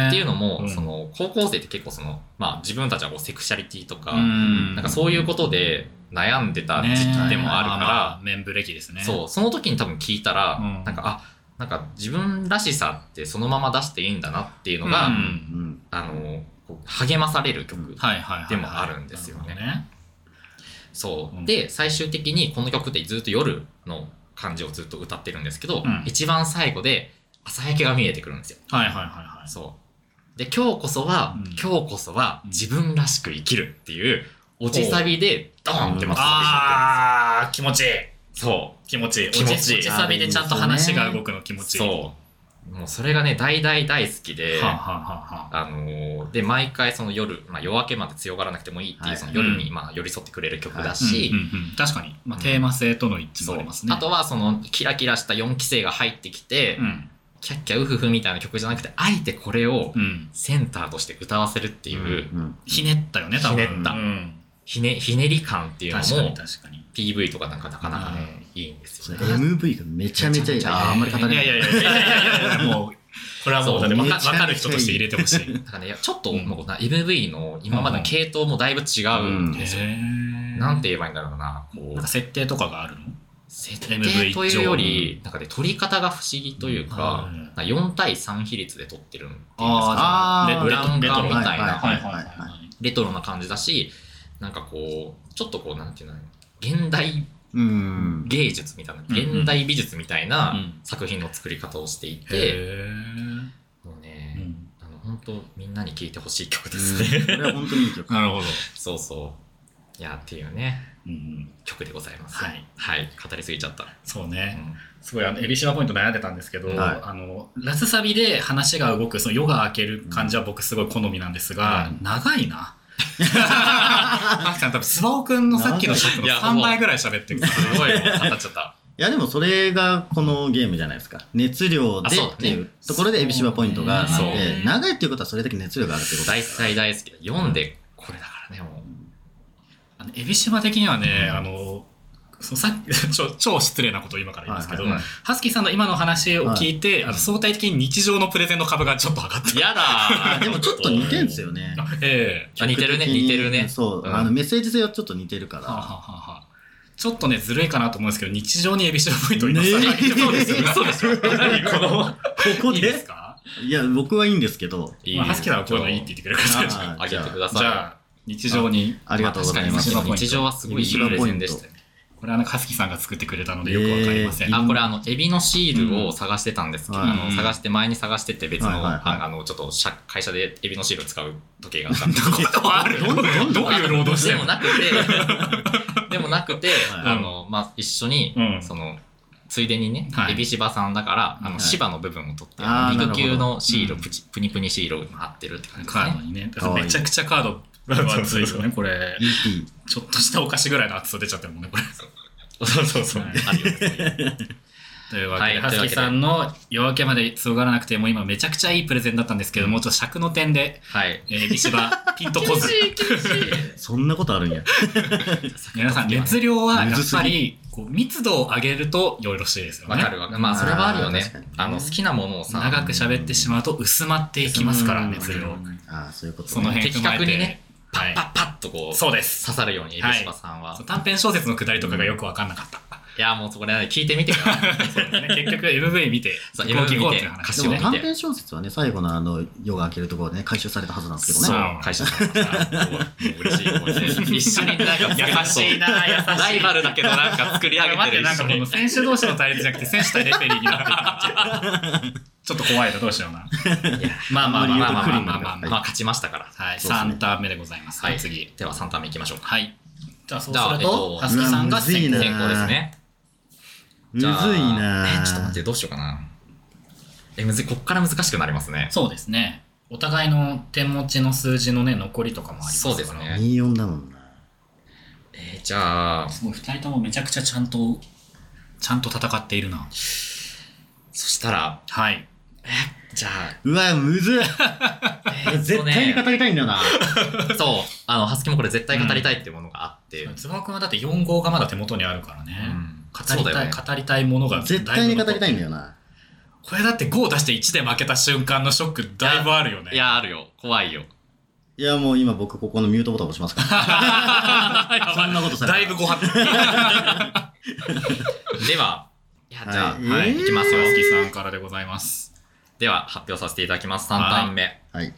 ーっていうのも、うんその高校生って結構その、まあ、自分たちはこうセクシャリティとか、うんなんかそういうことで悩んでた時期でもあるから、面ブレーキですね。そうその時に多分聞いたら、うんなんかあなんか自分らしさってそのまま出していいんだなっていうのが、うんうん。あのこう励まされる曲、はいはいはいはいでもあるんですよねなるほどねそう、うんで最終的にこの曲ってずっと夜の感じをずっと歌ってるんですけど、うん一番最後で朝焼けが見えてくるんですよはいはいはいはいそうで今日こそは、うん今日こそはうん自分らしく生きるっていうおじさびでドーンってまたあー気持ちいいそ気持ちいい気持ちいい落ちサビでちゃんと話が動くの気う持ちいいそうもうそれがね大大大好きで、はあ、はあはあはあ、あのーで毎回その夜、まあ、夜明けまで強がらなくてもいいっていうはいその夜にうんまあ寄り添ってくれる曲だし、し、確かに、まあ、うんテーマ性との一致もありますねあとはそのキラキラした4期生が入ってきて、うんキャッキャウフフみたいな曲じゃなくてあえてこれをうんセンターとして歌わせるっていう、ううん。ひねったよね多分ひねったうんひねひねり感っていうの確かにも確かに PV とかなんかなかなかね、いいんですそよれね。 MV がめちゃめちゃめちゃめいい。ちゃいいあーあんまり語れない。やいやいやいやいやいやもうこれはもうそだっうて分めかちゃめちゃいい分かる人として入れてほしい *laughs* だからねいやちょっともうな MV の今までの系統もだいぶ違うんですよ。へなんてて言えばいいんだろうな、こなうんか、設定とかがあるの設定というより、なんかね、撮り方が不思議というか、うんなんか4対3比率で撮ってるんっていうんですかあーーじゃあレブラウン管レみトロたいなはいはいはいはレトロな感じだし、なんかこう、ちょっとこう、なんていうの、現代うん。芸術みたいな、んうん現代美術みたいはない作品の作り方をしていて、へもうーうね、んあの本当みんなに聴いてほしい曲でこすね。れは本当にいい曲。なるほど、そうそう。いや、っていうね、うん、曲でございます。はい。はい、語りすぎちゃった。そううね、んすごいあのエビシバポイント悩んでたんですけど、はいあのラスサビで話が動くその夜が明ける感じは僕すごい好みなんですが、うん長いな。マキさん多分スバオくんのさっきのショックのいや3倍ぐらい喋ってるからすごい、語っちゃった。いやでもそれがこのゲームじゃないですか。熱量でっていうところでエビシバポイントがあっそうねて、長いっていうことはそれだけ熱量があるってこと大大大好きだ。読んで、これだからね、もあのエビシバ的にはね、あのそのさっき *laughs* ちょ超失礼なことを今から言いますけど、はいはいはいハスキーさんの今の話を聞いて、あの相対的に日常のプレゼンの株がちょっと上がった。う。やだあでもちょっと似てんすよね。 *laughs* ええあ似てるね似てるねそう、うんあのメッセージ性はちょっと似てるかはあはら。あはあはあちょっとね、ずるいかなと思うんですけど、日常にエビシバポイントを今更ねえそうですよ、そうです *laughs* よ。何この、ここいいですでかいや、僕はいいんですけど。いいまあ、ハスキーさんはこういうのいいって言ってくれるからじゃああげてください。あじゃあ、日常に。ありがとうございます。まあ確かに日常はすごいいいプレゼンでしたよね。これはなんかハスキーさんが作ってくれたのでよくわかりません。えーあこれあのエビのシールを探してたんですけど、うんあの探して前に探してて別の,、はいはいはいああのちょっと社会社でエビのシールを使う時計があったんでどういうことあるどんどんどんどういう労働してでんのもなくてでもな *laughs* くて、はいあのまあ、一緒に、うんそのついでにね、はいエビ芝さんだからあはのい芝の部分を取って、あー肉球のシールをなるほどプチ、プニプニシールを貼ってるって感じですカードね。にね。かわいいめちゃくちゃカード分厚いですよね、これ。 EP。ちょっとしたお菓子ぐらいの厚さ出ちゃってるもんね、これ。そうそうそうはいあるよねそういうというわけで、ははいすというわけきでさんの夜明けまで強がらなくても、今めちゃくちゃいいプレゼンだったんですけども、ちょっと尺の点で、はい。えー、ビシバ、ピンとこず。そんなことあるんや。皆さん、熱量はやっむずすぱぎり、こう密度を上げるとよろしいですよわねか。るわかる。まあそれはあるよあねー確かにね。あの好きなものをさ、長く喋ってしまうと薄まっていきますから、うん熱量。ああ、そういうこと、ね。その辺踏まえて的確にね、はいパ。ッパッとこう、そう刺です。さるように、エビシバさんは。そうい短編小説のくだりとかがよく分かんなかった。や、もうそこで聞いてみてくださ *laughs* い。そうですね結局 MV 見て、そう行こう MV 行こう見ってていう話でをもね。短編小説はね、最後のあの夜が明けるところでね、回収されたはずなんですけどそね。うう、 *laughs* 会社されました。すごいもう嬉 *laughs* しい。これね一緒になんか、優しいな、優しいな。ライバルだけどなんか作り上げ待ってて、るなん一か緒このに。選手同士の対立じゃなくて、選手対レフェリーになっていく *laughs* 感じちょっと怖いな、どうしような。まあまあまあまあまあまあまあまあまあ、勝ちましたから。はい、そうですね3ターン目でございます。はい、次。では3ターン目いきましょうか。はい。じゃあ、そうすじゃあるえっとと、ハスキさんが先う行わむずい先な行ですね。むずいなえ、ちょっと待って、どうしようかな。え、むずい、こっから難しくなりますね。そうですね。お互いの手持ちの数字のね、残りとかもありますからそうですね24だもんな。えーじゃあ、すごい、2人ともめちゃくちゃちゃんと、ちゃんと戦っているな。そしたら、はい。じゃあ、うわ、むずい。えーっとね絶対に語りたいんだ *laughs* よな。そう、あの、ハスキもこれ絶対語りたいっていうものがあって、つばくんはだって4号がまだ手元にあるからね。うん語りそうだたい、よね語りたいものが絶対に語りたいんだだよ。よな。これだって5を出して1で負けた瞬間のショックだいぶあるよね。いや、あるよ。怖いよ。いや、もう今僕ここのミュートボタン押しますか *laughs* やばい、 *laughs* そんなことされただいぶご飯。では、いや、じゃあ、はいはい、えーいきますよさ。つきさんからでございます。では、発表させていただきます。3ターン目。はい。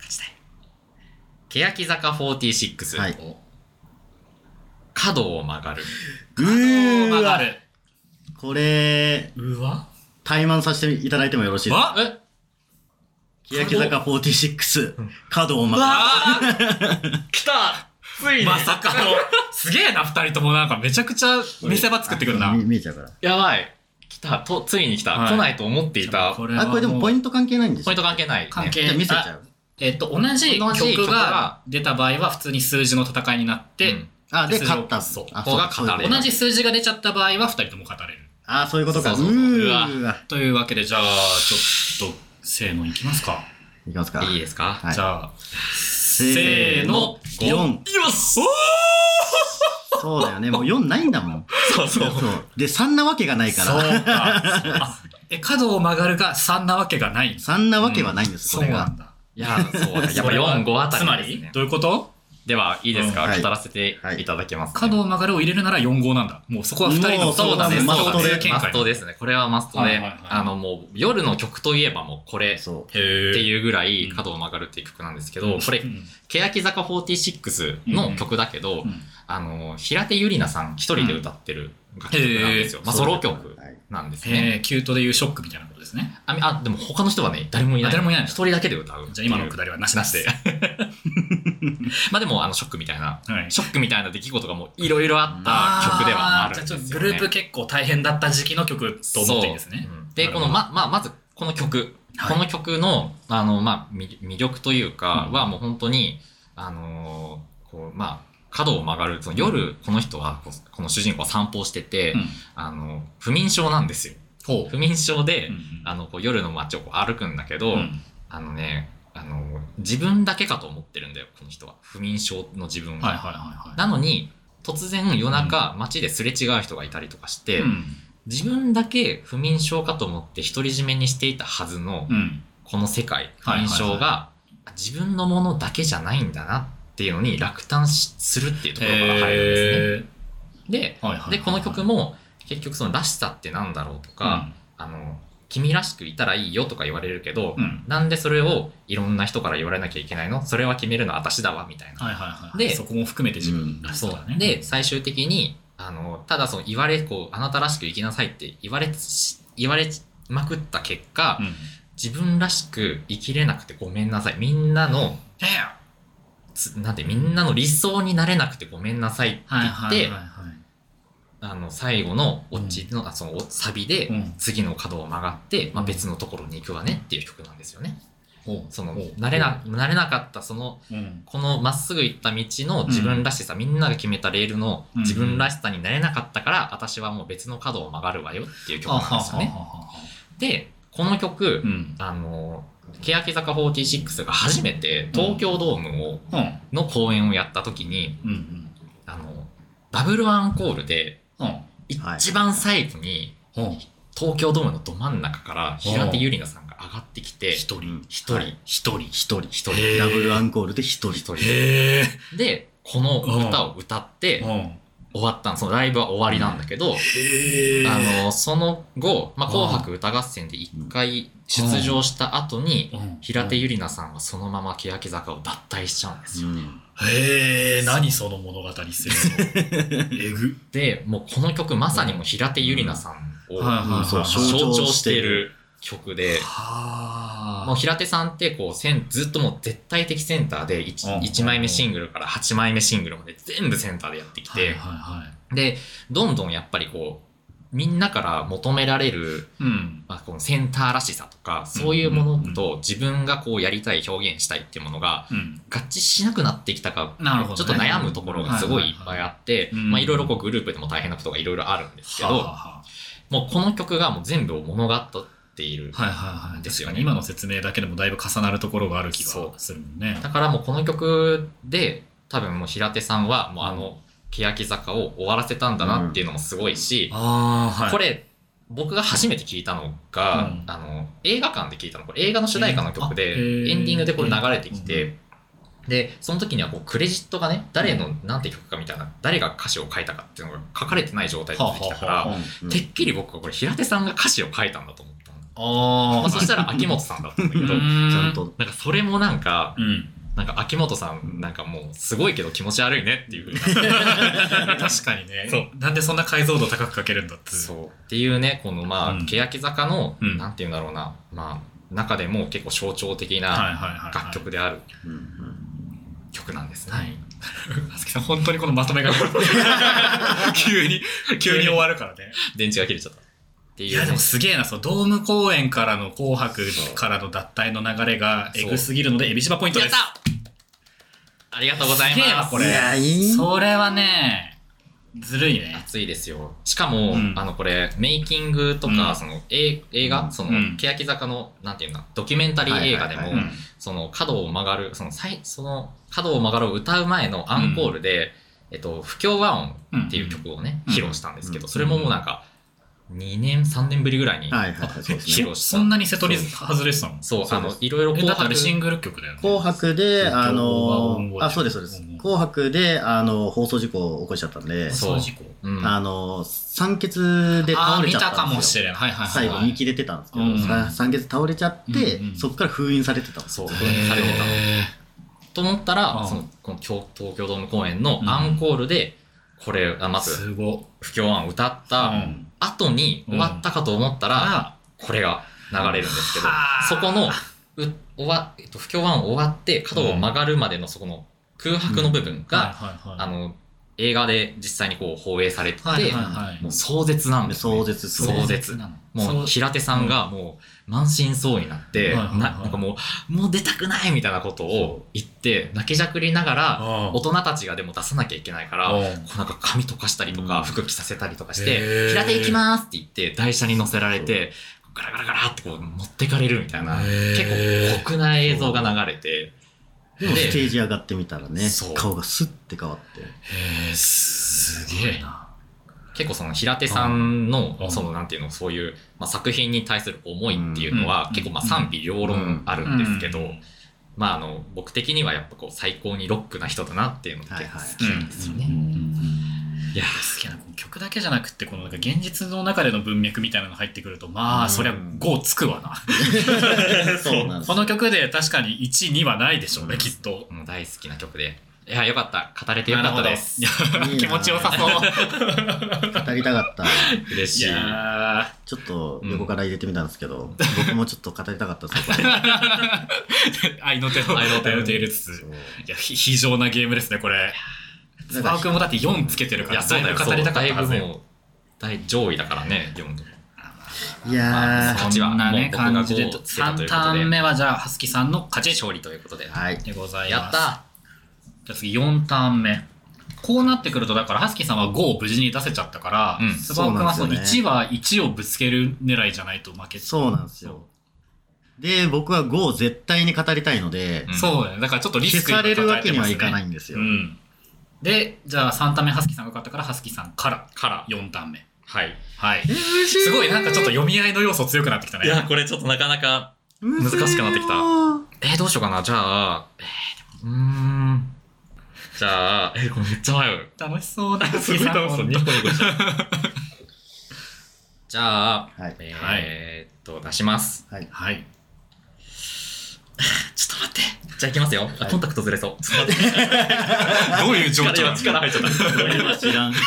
勝ちたい。欅坂46。はい角を曲がる。う曲ーがわる。これ、うわ怠慢させていただいてもよろしいですかわえ欅坂46、角を曲があ来たついにまさかの。 *laughs* すげえな、二人ともなんかめちゃくちゃ見せ場作ってくるなる。。見見えちゃうから。やばい。来た。と、ついに来た。はい来ないと思っていた。ポれあ、これでもポイント関係ないんですインよ。ト関係ない、ね。関係じゃあ見せちゃう。えっと、同じ同じ曲曲がが出た場合は普通に数字の戦いになって、うんあ、で、出場勝った。そうあ、こそこうがか勝たれそういう同ことじ数字が出ちゃった場合は2人とも語れる。あ、そういうことか。うそうそうそうーうわ。というわけで、じゃあ、ちょっと、せーのいきますか。いきますか。いいですか、はいじゃあ、せーのせーの4。よしそうだよね。もう4ないんだもん。そうそう。そう。で、3なわけがないかそら。 *laughs* うか。あえ、角を曲がるが3なわけがない。 3なわけはないんです、そこうれながん。だ。いや、そうだ。やっそぱれは4、5あたつまりですりね、どういうことでは、いいですか、うんはい語らせていただきます、角を曲がるを入れるなら4、5なんだ。もうそこは2人ものうそうだねマスマストトでで見マスト解。ですね。これはマストで、はいはいはいあのもう夜の曲といえばもうこれっそう。へていうぐらいうん角を曲がるっていう曲なんですけど、これう、ん欅坂46の曲だけど、うんあの、平手友梨奈さん一人で歌ってる楽曲なんですよ。うんまあソロ曲はいなんですね。えー、キュートでいうショックみたいなことですね。あ、あでも他の人はね、誰もいなあい。誰もいないの一人だけで歌う。じゃあ今のくり。だりはなしなしで。まあでも、あの、ショックみたいな、はいショックみたいな出来事がもういろいろあった曲ではあるんですじゃあよ、ね。ちょっとグループ結構大変だった時期の曲と思っていいんですねそう。うんで、この、ま、まあ、まず、この曲、はいこの曲の、あの、まあ、魅魅力というかう、んはもう本当に、あのーこう、まあ、角を曲がる、その夜、この人は、こうこの主人公は散歩をしてて、うんあの、不眠症なんですよ。ほ不眠症で、うんあの、こう夜の街をこう歩くんだけど、うんあのね、あの、自分だけかと思ってるんだよ、この人は。不眠症の自分が。はいはいはいはなのに、突然夜中、街ですれ違う人がいたりとかしい。て、うん自分だけ不眠症かと思って独り占めにしていたはずの、うん。この世界、不はいはいはい眠症が、あ自分のものだけじゃないんだなっていうのに落胆しするっていうところから入るんですね。へで、ーはいはいはいはいで、この曲も、結局そのらしさってなんだろうとか、あの、君らしくいたらいいよとか言われるけど、うんうんなんでそれをいろんな人から言われなきゃいけないのそれは決めるのは私だわ、みたいな。はいはいはい。でそこも含めて自分らしさそだね。う。で、最終的に、あの、ただその言われ、こう、あなたらしく生きなさいって言われし、言われまくった結果、うん、自分らしく生きれなくてごめんなさい。みんなの、つなんてみんなの理想になれなくてごめんなさいって言って、あの最後のオチの、あそのサビでうん次の角を曲がって、まうあ、ん別のところに行くわねっていう曲なんですよね。ほうそのほう慣れな慣れなかったそのうんこのまっすぐ行った道の自分らしさ、みんなが決めたレールのうん自分らしさになれなかったから、私はもう別の角を曲がるわよっていう曲あはなんはですよね。はははでこの曲、うんあの欅坂46が初めて東京ドームをうんの公演をやった時にうんうんあのダブルアンコールでうん一番最後にうん東京ドームのど真ん中から平手友梨奈さんが上がってきて、一一人人、はい一人一人、一へー人、ダブルアンコールで1人。一人。へえで、この歌を歌ってうん終わったのそのライブは終わりなんだけど、へえあの、その後、まあ、紅白歌合戦で一回出場した後に、うん平手友梨奈さんはそのまま欅坂を脱退しちゃうんですよ。うんへえ何その物語 *laughs* 性のえぐで、もうこの曲まさにもう平手友梨奈さんをはいはいうんそう象象徴徴ししてていいる。る曲で、はもう平手さんってこうせんずっともう絶対的センターで 1, うん枚目シングルから8枚目シングルまで全部センターでやってきはいて、はいはいでどんどんやっぱりこうみんなから求められる、うんまあ、このセンターらしさとかそういうものと自分がこうやりたい表現したいっていうものがうん合致しなくなってきたかなるほどねちょっと悩むところがすごいいっぱいあってうんまあいろいろこうグループでも大変なことがいろいろあるんですけははどはもうこの曲がもう全部を物語っているはいはいはいで確すよかねに今の説明だけでもだいぶ重なるところがある気がするもんねだからもうこの曲で多分もう平手さんはもうあの欅坂を終わらせたんだなっていうのもすごいし、ああはいこれ僕が初めて聞いたのが、うんあの映画館で聞いたのこれ映画の主題歌の曲えーあへでーエンディングでこれ流れてきうてで、その時にはこうクレジットがね、誰の何て曲かみたいな、誰が歌詞を書いたかっていうのが書かれてない状態で出てきたかはあはあら、はうんてっきり僕はこれ平手さんが歌詞を書いたんだと思ったのあまあ、そしたら秋元さんだったんだけうど、んちゃんと。なんかそれもなんか、うん。 *laughs* なんか秋元さんなんかもうすごいけど気持ち悪いねっていう風になっ確かにねそう。なんでそんな解像度高く描けるんだって。てそう。っていうね、このまうんあ、欅坂の、うんなんていうんだろうな、まあ、中でも結構象徴的はいなはいはいはい。楽曲であるうんうん曲なんですね。はい。はすきさん、本当にこのまとめ *laughs* が急に、急に終わるからね。電池が切れちゃった。っていう、いや、でもすげえな、そう、ドーム公演からの紅白からの脱退の流れがそうエグすぎるので、エビシバポイントやでっす。たありがとうございすげえまわす。これいや、いい。それはね、ずるいね。熱いですよ。しかも、うんあの、これ、メイキングとか、うんその、え映う画、んそうんの、欅坂の、なんていうんだ、ドキュメンタリー映画ではいもはいは、その、角を曲がる、その、最その、角を曲がるを歌う前のアンコールで、えっと、不協和音っていう曲をね、うん披露したんですけうど、んそれももうなんか、2年、3年ぶりぐらいに、はいはいはい、そうです広ね。いそんなに瀬戸り外れてたのそう、そうあですの、いろいろえ、紅だってあれ白、シングル曲だよね。紅白で、あの紅白あ、そうです、そうですうん。紅白で、あの放送事故を起こしちゃったんで、そう放送事故うんあの酸あ欠で倒ーれ見ちゃったたかんもでしすよ。れない。はいはいはい最はい。後見切れてたんですけうんど、さ酸欠で倒れちゃってうんうん、そこから封印されてたんですそよう、封印されてたの。と思ったら、うんそのこの京東京ドーム公演のアンコールで、これあまずすご不協和音歌っうたん後に終わったかと思ったら、あこれが流れるんですけどはあ、そこのう終わ、えっと、不協和音終わって角を曲がるまでのそこの空白の部分が、はいはいはいあの映画で実際にこう放映されてて、はいはいはいもう壮絶なんです、ね壮絶、壮壮絶。絶なのもそうう平手さんがもう満身創痍になっはて、いはいはいななんかもう、もう出たくないみたいなことを言って、泣きじゃくりながら、あ大人たちがでも出さなきゃいけないから、うこんうなんか髪溶かしたりとうか、ん服着させたりとかしへてー、平手行きますって言って、台車に乗せられて、ガラガラガラってこう持ってかれるみたいな、へー結構酷な映像が流れて、でもステージ上がってみたらねそう、顔がスッて変わって。 *laughs* へえすすげえな結構その平手さんうんの、そのなんていうの、そういう、まあ、作品に対する思いっていうのうはん、結構まあ賛否両論あるんですけど、うんまああの、僕的にはやっぱこう最高にロックな人だなっていうのが結構好きなんですよね。いや、すげえなこの曲だけじゃなくてこのなんか現実の中での文脈みたいなのが入ってくるとまあ、うんそりゃ5つくわなそうなんですこの曲で確かに12はないでしょうね、うんきっともう大好きな曲で。いや、よかった。語れてよかったです。なるほどいやいいな気持ちよさそう *laughs* 語りたかった。嬉いしい。やちょっと横から入れてみたんですけど、僕もちょっと語りたかったです。 *laughs* ー愛の手を愛の手を入れつつそういやひ非常なゲームですねこれだスからパー君もだって4つけてるかいやらそうだよ。語りたかったはずだいぶよもう、大上位だからね、読むと。いや勝そちはんなねもう僕が感じで五をつけ3たということでターン目はじゃあはすきさんの勝ち勝利ということでー、はい。でございやまっすたじゃあ次4ターン目こうなってくるとだからはすきさんは5を無事に出せちゃったからうんつばおくんはそそうのなんです1よは1をぶつける狙いじゃないと負けちゃそうなんですよ。で、僕は5を絶対に語りたいのでう、んそうだねだからちょっとリ消スクされるわけにはい今か抱なえていんですよますねう。んでじゃあ3ターン目はすきさんが勝ったからはすきさんからから4ターン目はい。はいすごいなんかちょっと読み合いの要素強くなってきたねいや、これちょっとなかなか、難しくなってきたえー、どうしようかな。じゃあ、えー、でもうーん。じゃあ、えー、これめっちゃ迷う。楽しそうだすごい楽しそう。ニコニコしてる。 *laughs* じゃあ、はい。えー、っと、出します。はい。はいちょっと待って。じゃあ、いきますよ。あコンタクトずれそう。ちょっと待って。どういう情緒力なが力入っちゃった。知らん。の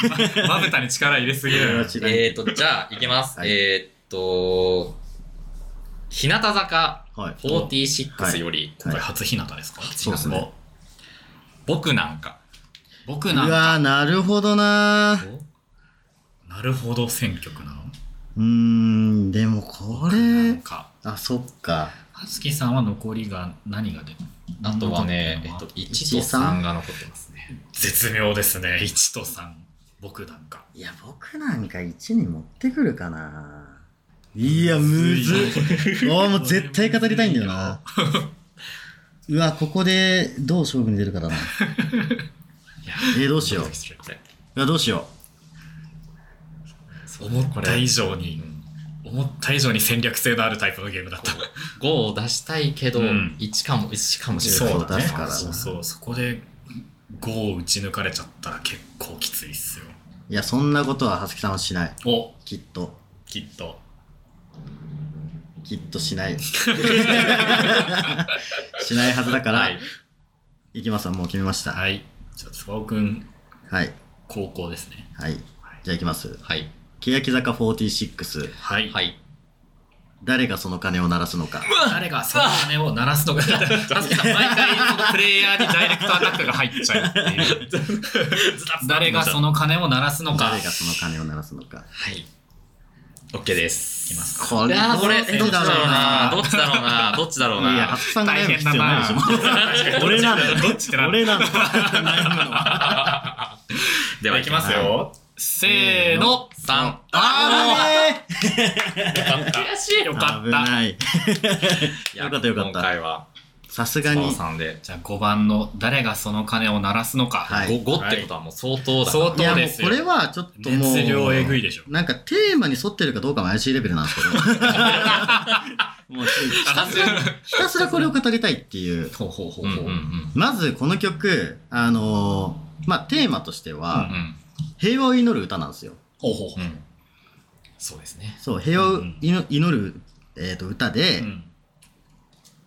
まぶたに力入れすぎる知らん。えー、っと、じゃあ、いきます。はいえー、っと、日向坂はい。 46より、今回初日向ですかそうですね僕なんか。僕うなんかわー、なるほどなー。なるほど選曲なのうーん、でもこなんれ、かあ、そっか。はすきさんは残りが何が出るあとはね、え何がっ出と、るの1と3が残ってますね。絶妙ですね1と3僕なんかいや、僕なんか1に持ってくるかな。いや、むずっ。ああ、もう絶対語りたいんだよな。うわ、ここでどう勝負に出るかだな。えー、どうしよう。いこれ。や、どうしよ思っこたれ以上に思った以上に戦略性のあるタイプのゲームだった。 5を出したいけど、うん1かも、1かもしれない。そうだね出すからなそうそう、そこで5を打ち抜かれちゃったら結構きついっすよ。いや、そんなことは、はすきさんはしない。おきっと。きっと。きっと *laughs* しない。しないはずだから、はいい、。きますわ、もう決めました。ははい。い。じゃあ、つばおくん、はい。高校ですね。じゃあいきます。はい。欅坂46、はい。はい。誰がその鐘を鳴らすのか。誰がその鐘を鳴ら *laughs* すのか。はすきさん、毎回このプレイヤーにダイレクトアタックが入っちゃうっていう。 *laughs* 誰がその鐘を鳴らすのか。誰がその鐘を鳴らすのか。はい。OK です。いきますか。これ、いやーこれ、どどっっちちだだろろううなな。。どっちだろうな。どっちだろうな。いや、はすきさんが大悩む変必だ要ないでなし *laughs* ょ。俺なのどっちってな俺る。なの。悩むのは。では、いきます。よ。せーの。 3。あー悔しいよ危かっねたえ。危。ない。いやよかったよかった今回は、さすがスパに。さんで。じゃあ5番の誰がその鐘を鳴らすのか。はい5ってことはもう相当だな。相い当や、もでうすよ。これはちょっともう。熱量えぐいでしょ。なんかテーマに沿ってるかどうかも怪しいレベルなんですけど。 *laughs* もうひたすら、ひたすらこれを語りたいっていう。ほうほうほうんうんうん。まずこの曲、あのーまあ、テーマとしてうは、ん。平和を祈る歌なんですよ。ほうほうほう。ん。そうですね。そう、平和をうん祈祈る、えーと歌で、うん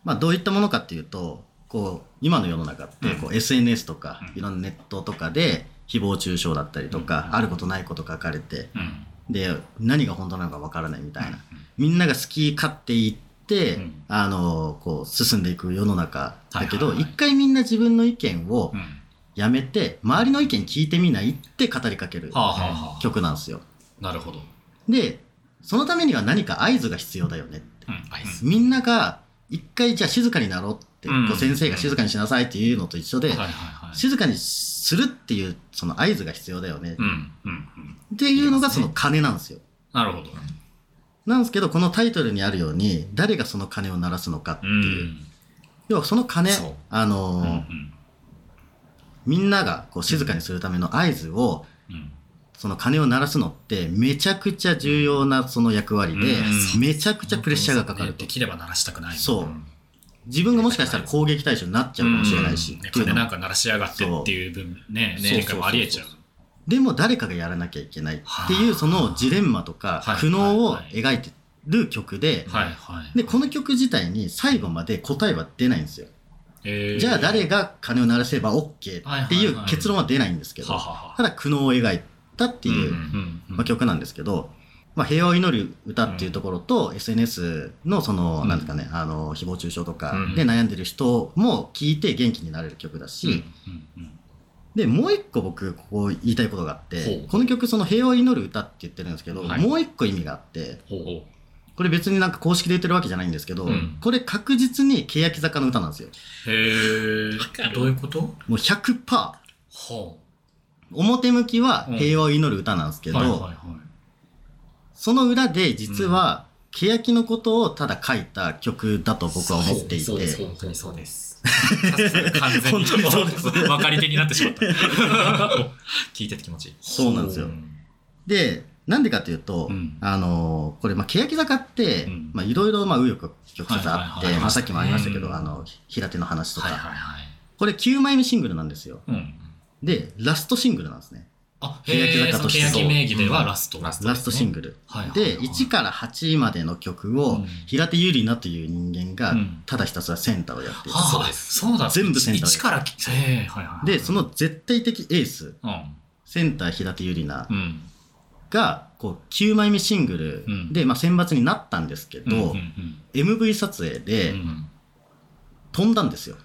まあ、どういったものかっていうと、こう、今の世の中って、こう、SNS とか、うんいろんなネットとかで、誹謗中傷だったりとか、あることないこと書かれて、うんで何が本当なのかわからないみたいな、うんうんみんなが好き勝手言って、うんあのこう進んでいく世の中だけど、はいはいはい一回みんな自分の意見をうんやめて、周りの意見聞いてみないって語りかけるはあはあはあ。曲なんですよ。なるほど。でそのためには何か合図が必要だよねって、うんアイスみんなが一回じゃあ静かになろうって、うんこう先生が静かにしなさいっていうのと一緒で、はいはいはい。静かにするっていうその合図が必要だよね、うんっうんうん。ていうのがその鐘なんですよ。なるほど。なんですけど、このタイトルにあるように、誰がその鐘を鳴らすのかってういう。ん。要はその鐘そう、あのうんうーんみんながこう静かにするための合図を、うんその鐘を鳴らすのって、めちゃくちゃ重要なその役割で、うんめちゃくちゃプレッシャーがかかるねとで。きれば鳴らしたくない。そうん自分がもしかしたら攻撃対象になっちゃうかもしれないしうん。っていう金のなもんか鳴らしやがってっていう分ね、そうね、もありえちゃうそう。でも誰かがやらなきゃいけないっていう、はあそのジレンマとかはい苦悩を描いてる曲で、はいはい。で、この曲自体に最後まで答えは出ないんですよ。えーじゃあ誰が鐘を鳴らせば OK っていう結論は出ないんですけどは、ははただ苦悩を描いたっていうう、んうんうんまあ、曲なんですけど、まあ、平和を祈る歌っていうところと、SNS のその、うんなんですかね、あの、誹謗中傷とかうんで悩んでる人も聴いて元気になれる曲だし、うんうんで、もう一個僕、ここ言いたいことがあっほてう、この曲、その平和を祈る歌って言ってるんですけど、はいもう一個意味があって、ほうほこれ別になんか公式で言ってるわけじゃないんですけど、うんこれ確実に欅坂の歌なんですよ。う。へえ。どういうこともう100%。ほ表向きは平和を祈る歌なんですけう。ど、はいはいはい。その裏で実は、欅のことをただ書いた曲だと僕は思っていて、そうですこ本当にそうです。完全に本当にそうです分かり手になってしまった。聞いてて気持ちいい。そうなんですよで、なんでかというと、うんあのーこれ、まあ、欅坂ってうん、まあ、いろいろ、まあ、紆余曲折あっはいはいはいて、まあ、さっきもありましたけど、うんあの、平手の話とか、はいはいはい。これ9枚目シングルなんですよ。うん。で、ラストシングルなんですね。あ、へ欅え、坂そのとして欅名義ではラスト。うんラスラストシングル。はいはいはいで、1から8までの曲うをん、平手友梨奈という人間がうん、ただひたすらセンターをやっている。はそうあ、ですそうだ。全部センターで一からき、へえ、はいはい。で、そ、の絶対的エース、うん。センター平手友梨奈うん。がこう9枚目シングルで、まあ、選抜になったんですけど、うんうんうん。 MV 撮影でうん飛んだんですよ、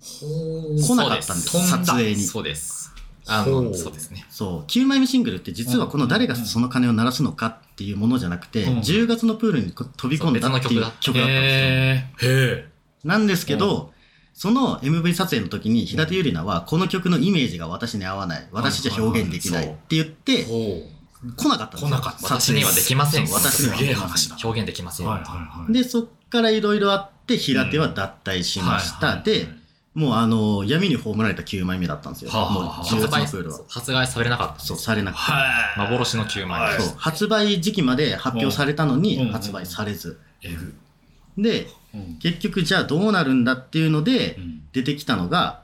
ほ来なかったんですそうです撮影にそうです。あほの、うそうですね。そう9枚目シングルって実はこの誰がその鐘を鳴らすのかっていうものじゃなくて、うん10月のプールにこう飛び込んだっていう曲だったう。んですよへえ。へなんですけど、その MV 撮影の時に平手友梨奈はこの曲のイメージが私に合わない私じゃ表現できないって言ってえ。ほ来なかったんですよ来なかった撮私影にはできません。*laughs* そう私にはすげえ話だ表現できませう。ん。はいはいはい。でそっからいろいろあって平手は脱退ししました、でもうあの、闇に葬られた9枚目だったんですよ。はあはあはあもう発10月の売プールはそう。発売されなかったそう、されなくて。はい。幻の9枚はいそう発売時期まで発表されたのうんにうん発売されず。えぐ。で、うん。結局じゃあどうなるんだっていうのでうん出てきたのが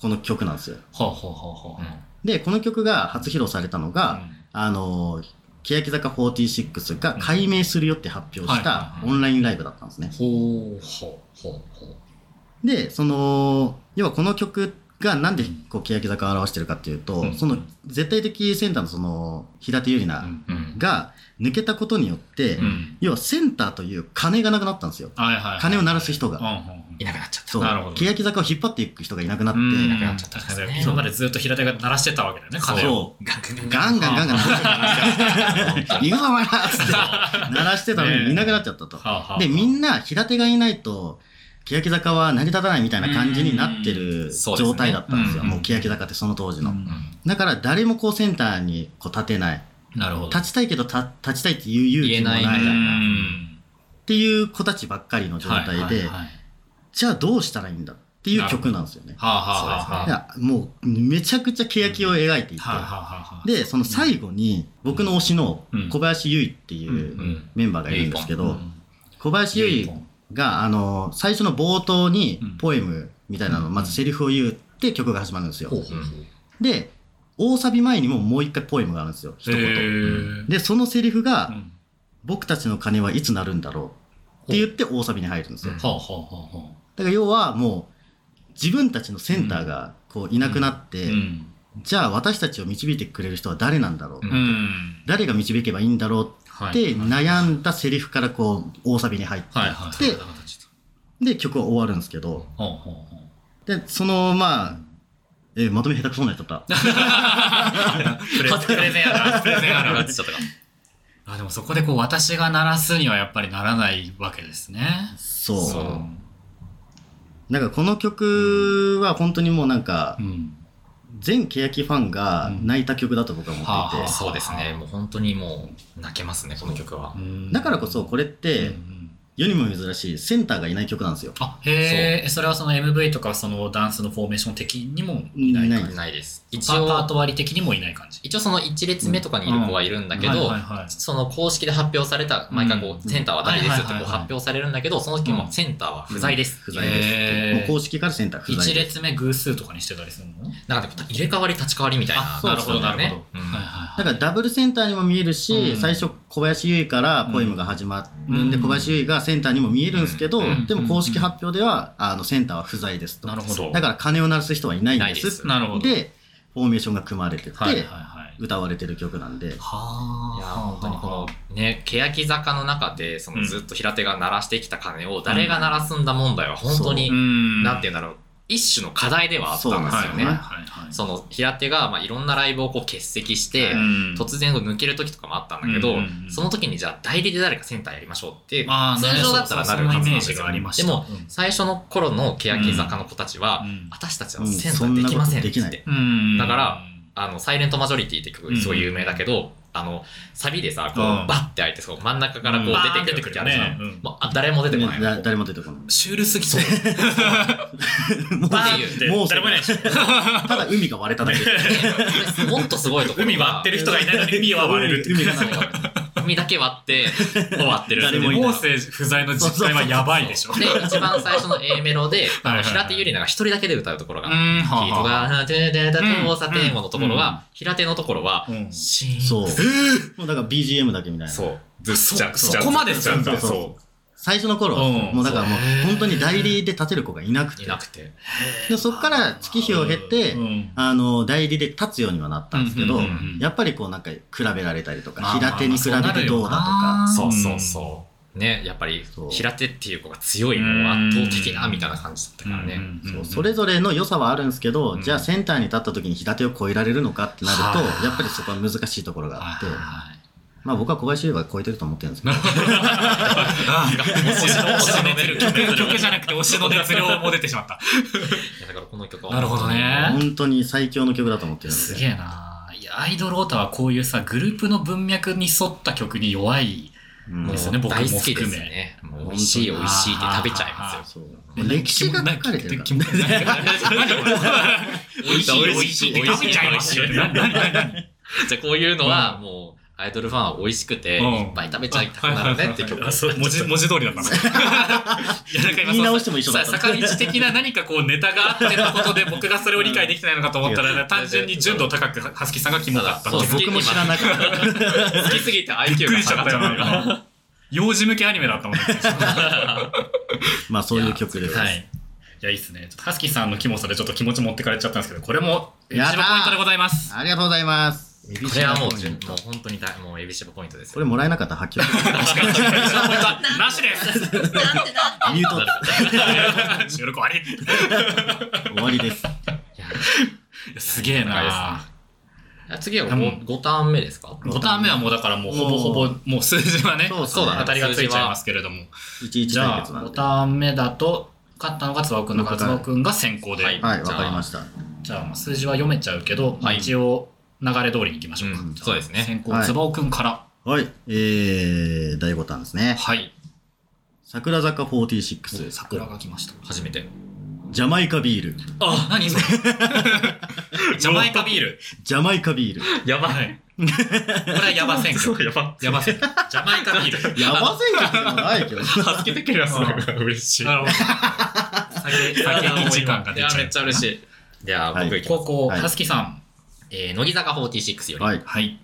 この曲なんですよ。はあ、はあはあはで、この曲が初披露されたのあ。が、あの、欅坂46が改名するよって発表したうんオンラインライブだったんですね。ほうほうほうほう。で、その、要はこの曲がなんでこう欅坂を表してるかっていうと、うんその絶対的センターのその平手友梨う奈ん。うんうんが抜けたことによって、うん。要はセンターという金がなくなったんですよ。はいはい。金を鳴らす人うが。んうんいなくなっちゃったそう。なるほど欅坂を引っ張っていく人がいなくなって、うん。なくなっちゃったんですね確かに今までずっと平手が鳴らしてたわけだよね、金を。そう。ガンガンガンガン鳴ら *laughs* してたんですよ。行くぞお前らっつって鳴らしてたのねえにいなくなっちゃったと。はあはあで、みんな平手がいないと、欅坂は成り立たないみたいな感じになってるそうですね状態だったんですよ。うんもう欅坂ってその当時の。うんだから誰もこうセンターにこう立てない。なるほど。立ちたいけど立立ちたいっていう勇気もな言えないいみたいなうんっていう子たちばっかりの状はい態はいではい、はじゃあどうしたらいいんだっていう曲なんですよね。あはあはあそうはでいあ。やもうめちゃくちゃ欅を描いていて、はあはあはあ。でその最後に僕の推しのうん小林優衣っていうんううんメンバーがいるんですけうどん小林優衣があの最初の冒頭にうんポエムみたいなのうんまずセリフを言うって曲が始まるんですよほうほうほう。で大サビ前にももう一回ポエムがあるんですよ一へ言ーでそのセリフうがん「僕たちの鐘はいつ鳴るんだろう」って言って大サビに入るんですようんはあはあはあはだから要はもう自分たちのセンターがこういなくなっあ。て、うん。じゃあ私たちを導いてくれる人は誰なんだろう、うんうん。誰が導けばいいんだろうはっいて悩んだセリフからこう大サビに入って、はいはい。でそんな形だで曲は終わるんですけどほうほうほう。でそのまあ、えーまとめ下手くそになっちゃったプレプレゼンやな、プレゼンやなくななっ。ちゃったかあでもそこでこう私が鳴らすにはやっぱりならないわけですね。そうそうなんかこの曲は本当にもうなんかうん。全欅ファンが泣いた曲だと僕は思っていうん *laughs* て、そうですねもう本当にもう泣けますねこの曲はだからこそこれっうんうてん世にも珍しいセンターがいない曲なんですよあへえそれはその MV とかそのダンスのフォーメーション的にもいないい感ないないですじ一パパー応ト割り的にもいない感じ一応その1列目とかにいる子はいるんだけはいどはいはいその公式で発表された毎回こうんうセンターは誰ですってはいはいはいはこうい発表されるんだけどその時うもんセンターは不在です不在ですってへーもう公式からセンター不在一です列目偶数とかにしてたりするのなんかでも入れ替わり立ち替わりみたいなあなるほどな感じるだよほどねうんはいはいはだいからダブルセンターにも見えるし、うん最初小林優衣からポエムが始まるんで、うん小林優衣がセンターにも見えるんですけど、うんでも公式発表では、あのセンターは不在ですとなるほどだから鐘を鳴らす人はいないんでいないですすなるほどでフォーメーションが組まれてて、はいはいはい歌われてる曲なんではいやあ本当にこのね欅坂の中でそのずっと平手が鳴らしてきた鐘を誰が鳴らすんだ問題は本当にんなんて言うんだろう一種の課題ではあったんですはいよはいねはいはいその平手がまあいろんなライブをこう欠席して、うん突然抜ける時とかもあったんだけうど、んうんうんその時にじゃあ代理で誰かセンターやりましょうって、まあね通常だったらなるはずなそうそんですうそんなイメージよがありましでたも、うん最初の頃の欅坂の子たちは、うん私たちはセンターできませんって言って、うんだからあの、サイレントマジョリティって曲すごい有名だけど、あの、サビでさ、こう、うんバッて開いて、そう真ん中からこううん出てくる時あるじゃバーン出てくるねうんん。もうあ誰も出てこない。だ誰も出てこないシュールすぎてもうバーンってもう誰もいないでしょただ海が割 *laughs* れただけでもっとすごいところが海割ってる人がいないのに海は割れるって海がそう海だけ割って、終わってる。誰もいないモーセ不在の実態はやばいでしょで、一番最初の A メロ *laughs* で、はいはいはいあの平手友梨奈が一人だけで歌うところが、ヒんートはが、ででで交差点をのところうんは、平手のところはう、んシーン。そうもうだから BGM だけみたいなそう。ずそじゃそじゃこまでしちゃうんだそうそうそ最初の頃、うんもうだからもうそうへー本当に代理で立てる子がいなくう。ていなくて。でそこから月日を経て、うんあの代理で立つようにはなったんですけど、うんうんうんうんやっぱりこうなんか比べられたりとか、まあ平手に比べてどうまあだとまあか、そうそうそう。ね、やっぱりそう、平手っていう子が強い、もう圧倒的な、みたいな感じだったからね。そうそれぞれの良さはあるんですけど、じゃあセンターに立った時に平手を超えられるのかってなると、はいやっぱりそこは難しいところがあって、はいはいまあ僕は小林優は超えてると思ってるんですけど、推しの推しの出る曲曲曲じゃなくて推しの熱量も出てしまったいやだからこの曲は。なるほどね本当に最強の曲だと思ってるすんげで。えないやアイドルオタはこういうさグループの文脈に沿った曲に弱いうんですよねもう僕も大好きで含すめね。もう美味しい美味しいって食べちゃいますそうで歴史が書かれてるから気持ち気持ち何が *laughs* よ。美味しい美味しいって食べちゃいますよ。何何何じゃあこういうのはもう、アイドルファンは美味しくて、うんいっぱい食べちゃいたくなるねって曲。あそう文字文字通りだったの。いやなんか今言い直してそも一緒だっうたさ坂道的な何かこうネタがあってのことで僕がそれを理解できてないのかと思ったいらや単純に純度高くハスキさんがキモかったそうび僕も知らなかった。好きすぎて IQ がっくりしちゃ下ったよなんがっか幼児向けアニメだったもんね。まあそういう曲です。はい。いや、いいっすね。ちょっとハスキーさんのキモさでちょっと気持ち持ってかれちゃったんですけど、これも、エビやシだのポイントでございます。ありがとうございます。たこれはもう、エビシ純のもう本当に大もうエビシバポイントですこよ。れもらえなかったら *laughs* 発確かに、エビシのポイントはなし *laughs* です見 *laughs* ると収録終わりい終わりです。やすげえなあ次は 5, 五ターン目ですか5ターン目はもうだからもうほぼほぼ、もう数字はね、そうそう当たりがついちゃいますけれども。うち一じ対ゃあ、決なん5で。タはーン目だと、勝ったのがつばおくんだから、つばおくんが先行で。はいい、わかりました。じゃあ、まあ数字は読めちゃうけど、まあはい一応、流れ通りにいきましょうか。うんそうですね先行、はいつばおくんから。はい。えー、第5弾ですね。はい。桜坂46、桜が来ました。初めて。ジャマイカビール、あ、何それ。ジャマイカビール。ジャマイカビール。 *laughs* やばはい。これはやば選挙。やば。やば選挙。ジャマイカビール。やばせんけどないけど。助けてくれるそれが嬉しい。なるほど。酒、酒一感が出ちゃいやめうっ。ちゃ嬉しい。じゃあ、僕行きま高す。校、はいはすきさん。えー乃木坂46より、はい。はい。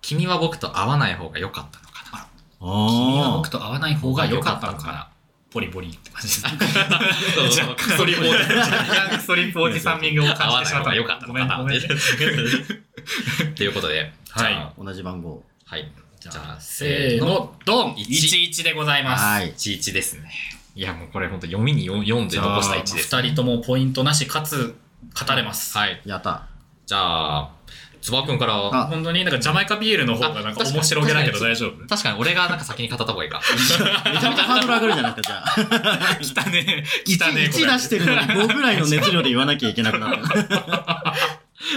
君は僕と会わない方が良かったのかな。 *laughs* 君はあ僕と会わない方が良かったのかな。ポリポリって感じです。じゃあ、クソリボーで。若干ストリップおじさんミングを合感わじてなしまっい方た。が良かったごめのかん、な。ごめん。 *laughs* ということで、はいじゃああ。同じ番号。はい。じゃあ、せせーーの。の、ドン一 !11 でございます。はい。 11ですね。いや、もうこれ本当読みに読読んでじゃあ残した1です。二人ともポイントなし、かつ、語れます。はい。やった。じゃあ、つばくんから。あ本当になんかジャマイカビールの方がなんかあ確かに面白げだけど大丈夫確かに俺がなんか先に語った方がい *laughs* いか。めちゃめちゃハードル上がるじゃないですか、じゃあ。来たね来たね1、一出してるのに5ぐらいの熱量で言わなきゃいけなく *laughs* なる。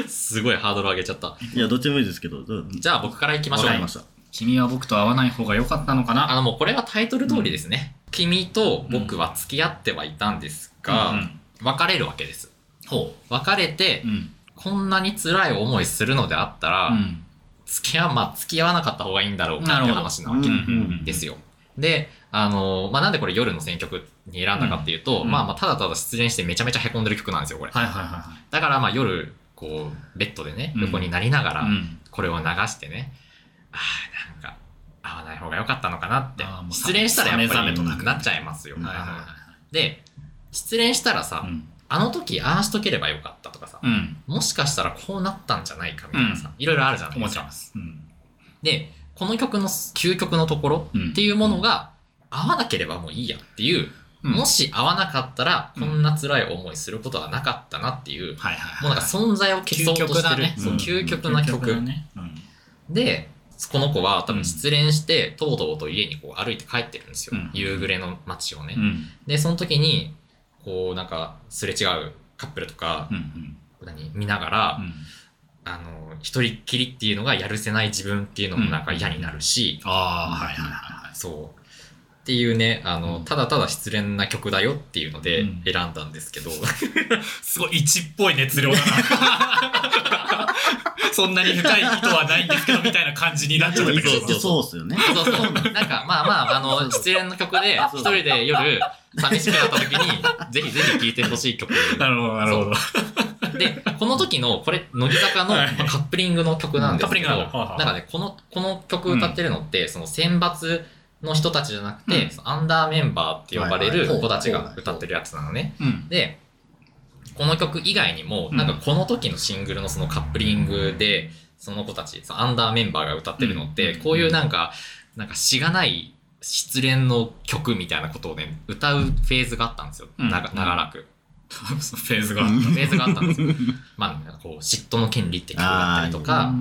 すごいハードル上げちゃった。いや、どっちもいいですけど。どうじゃあ僕から行きましょわうかり。ました。君は僕と会わない方が良かったのかなあの、もうこれはタイトル通りですね。君と僕は付き合ってはいたんですが、うん別れるわけです。ほ別れて、ううんこんなに辛い思いするのであったら、うん付き合う、まあ、付き合わなかった方がいいんだろうかっていう話なわうけんですよ。で、あの、まあ、なんでこれ夜の選曲に選んだかっていうと、うんまあまあ、ただただ失恋してめちゃめちゃ凹んでる曲なんですよ、これ。はいはいはだからまあ夜、こう、ベッドでね、うん横になりながいらは、いうんこれを流してね、ああ、なんか、会わない方が良かったのかなってあーも、うさ失恋したらやっぱ冷め冷めとなりくなっちゃいますよ。はいはいで、失恋したらさは、いうんあの時ああしとければよかったとかさ、うんもしかしたらこうなったんじゃないかみたいなうさ、いろいろあるじゃない思でっすちゃいかま。すうんで、この曲の究極のところうんっていうものが、合わなければもういいやっていう、うんもし合わなかったら、うんこんな辛い思いすることはなかったなっていう、はいはいもはうなんいか存在を消そうと究極してだるね、そううん究極な曲。だねうんで、この子は多うん分失恋して、とうとうと家にこう歩いて帰ってるんですよ。うん夕暮れの街をね。うんで、その時に、こうなんかすれ違うカップルとかう、ん何見ながら、うんあの、一人っきりっていうのがやるせない自分っていうのもなんか嫌になるし、ああはいはいはいはいそう。っていうね、あの、うんただただ失恋な曲だよっていうのでうん選んだんで *laughs* すけど、すごい一っぽい熱量だな *laughs* そんなに深い意図はないんですけどみたいな感じになっちでゃっもていたけつどってそうっすよね。そうそう。なんか、まあまあ、あの、 *laughs* 失恋の曲で、そ一う人で夜、寂しくなった時に、ぜひぜひ聴いてほしい曲。なるほどなるほどで、この時の、これ、乃木坂の、はいまあカップリングの曲なんですけど、カップリングなんだはあはなあんかね、この、この曲歌ってるのって、その選抜の人たちじゃなくて、そのアンダーメンバーって呼ばれはいるはい子たちが歌ってるやつなのね。うんで、この曲以外にも、うんなんかこの時のシングルのそのカップリングで、その子たち、そのアンダーメンバーが歌ってるのって、うんこういうなんか、なんかしがない失恋の曲みたいなことをね、歌うフェーズがあったんですよ。うんなが長らく。フェーズがうあっフんェーズがあったん *laughs* ですよ。まあ、こう、嫉妬の権利って曲だったりとたか、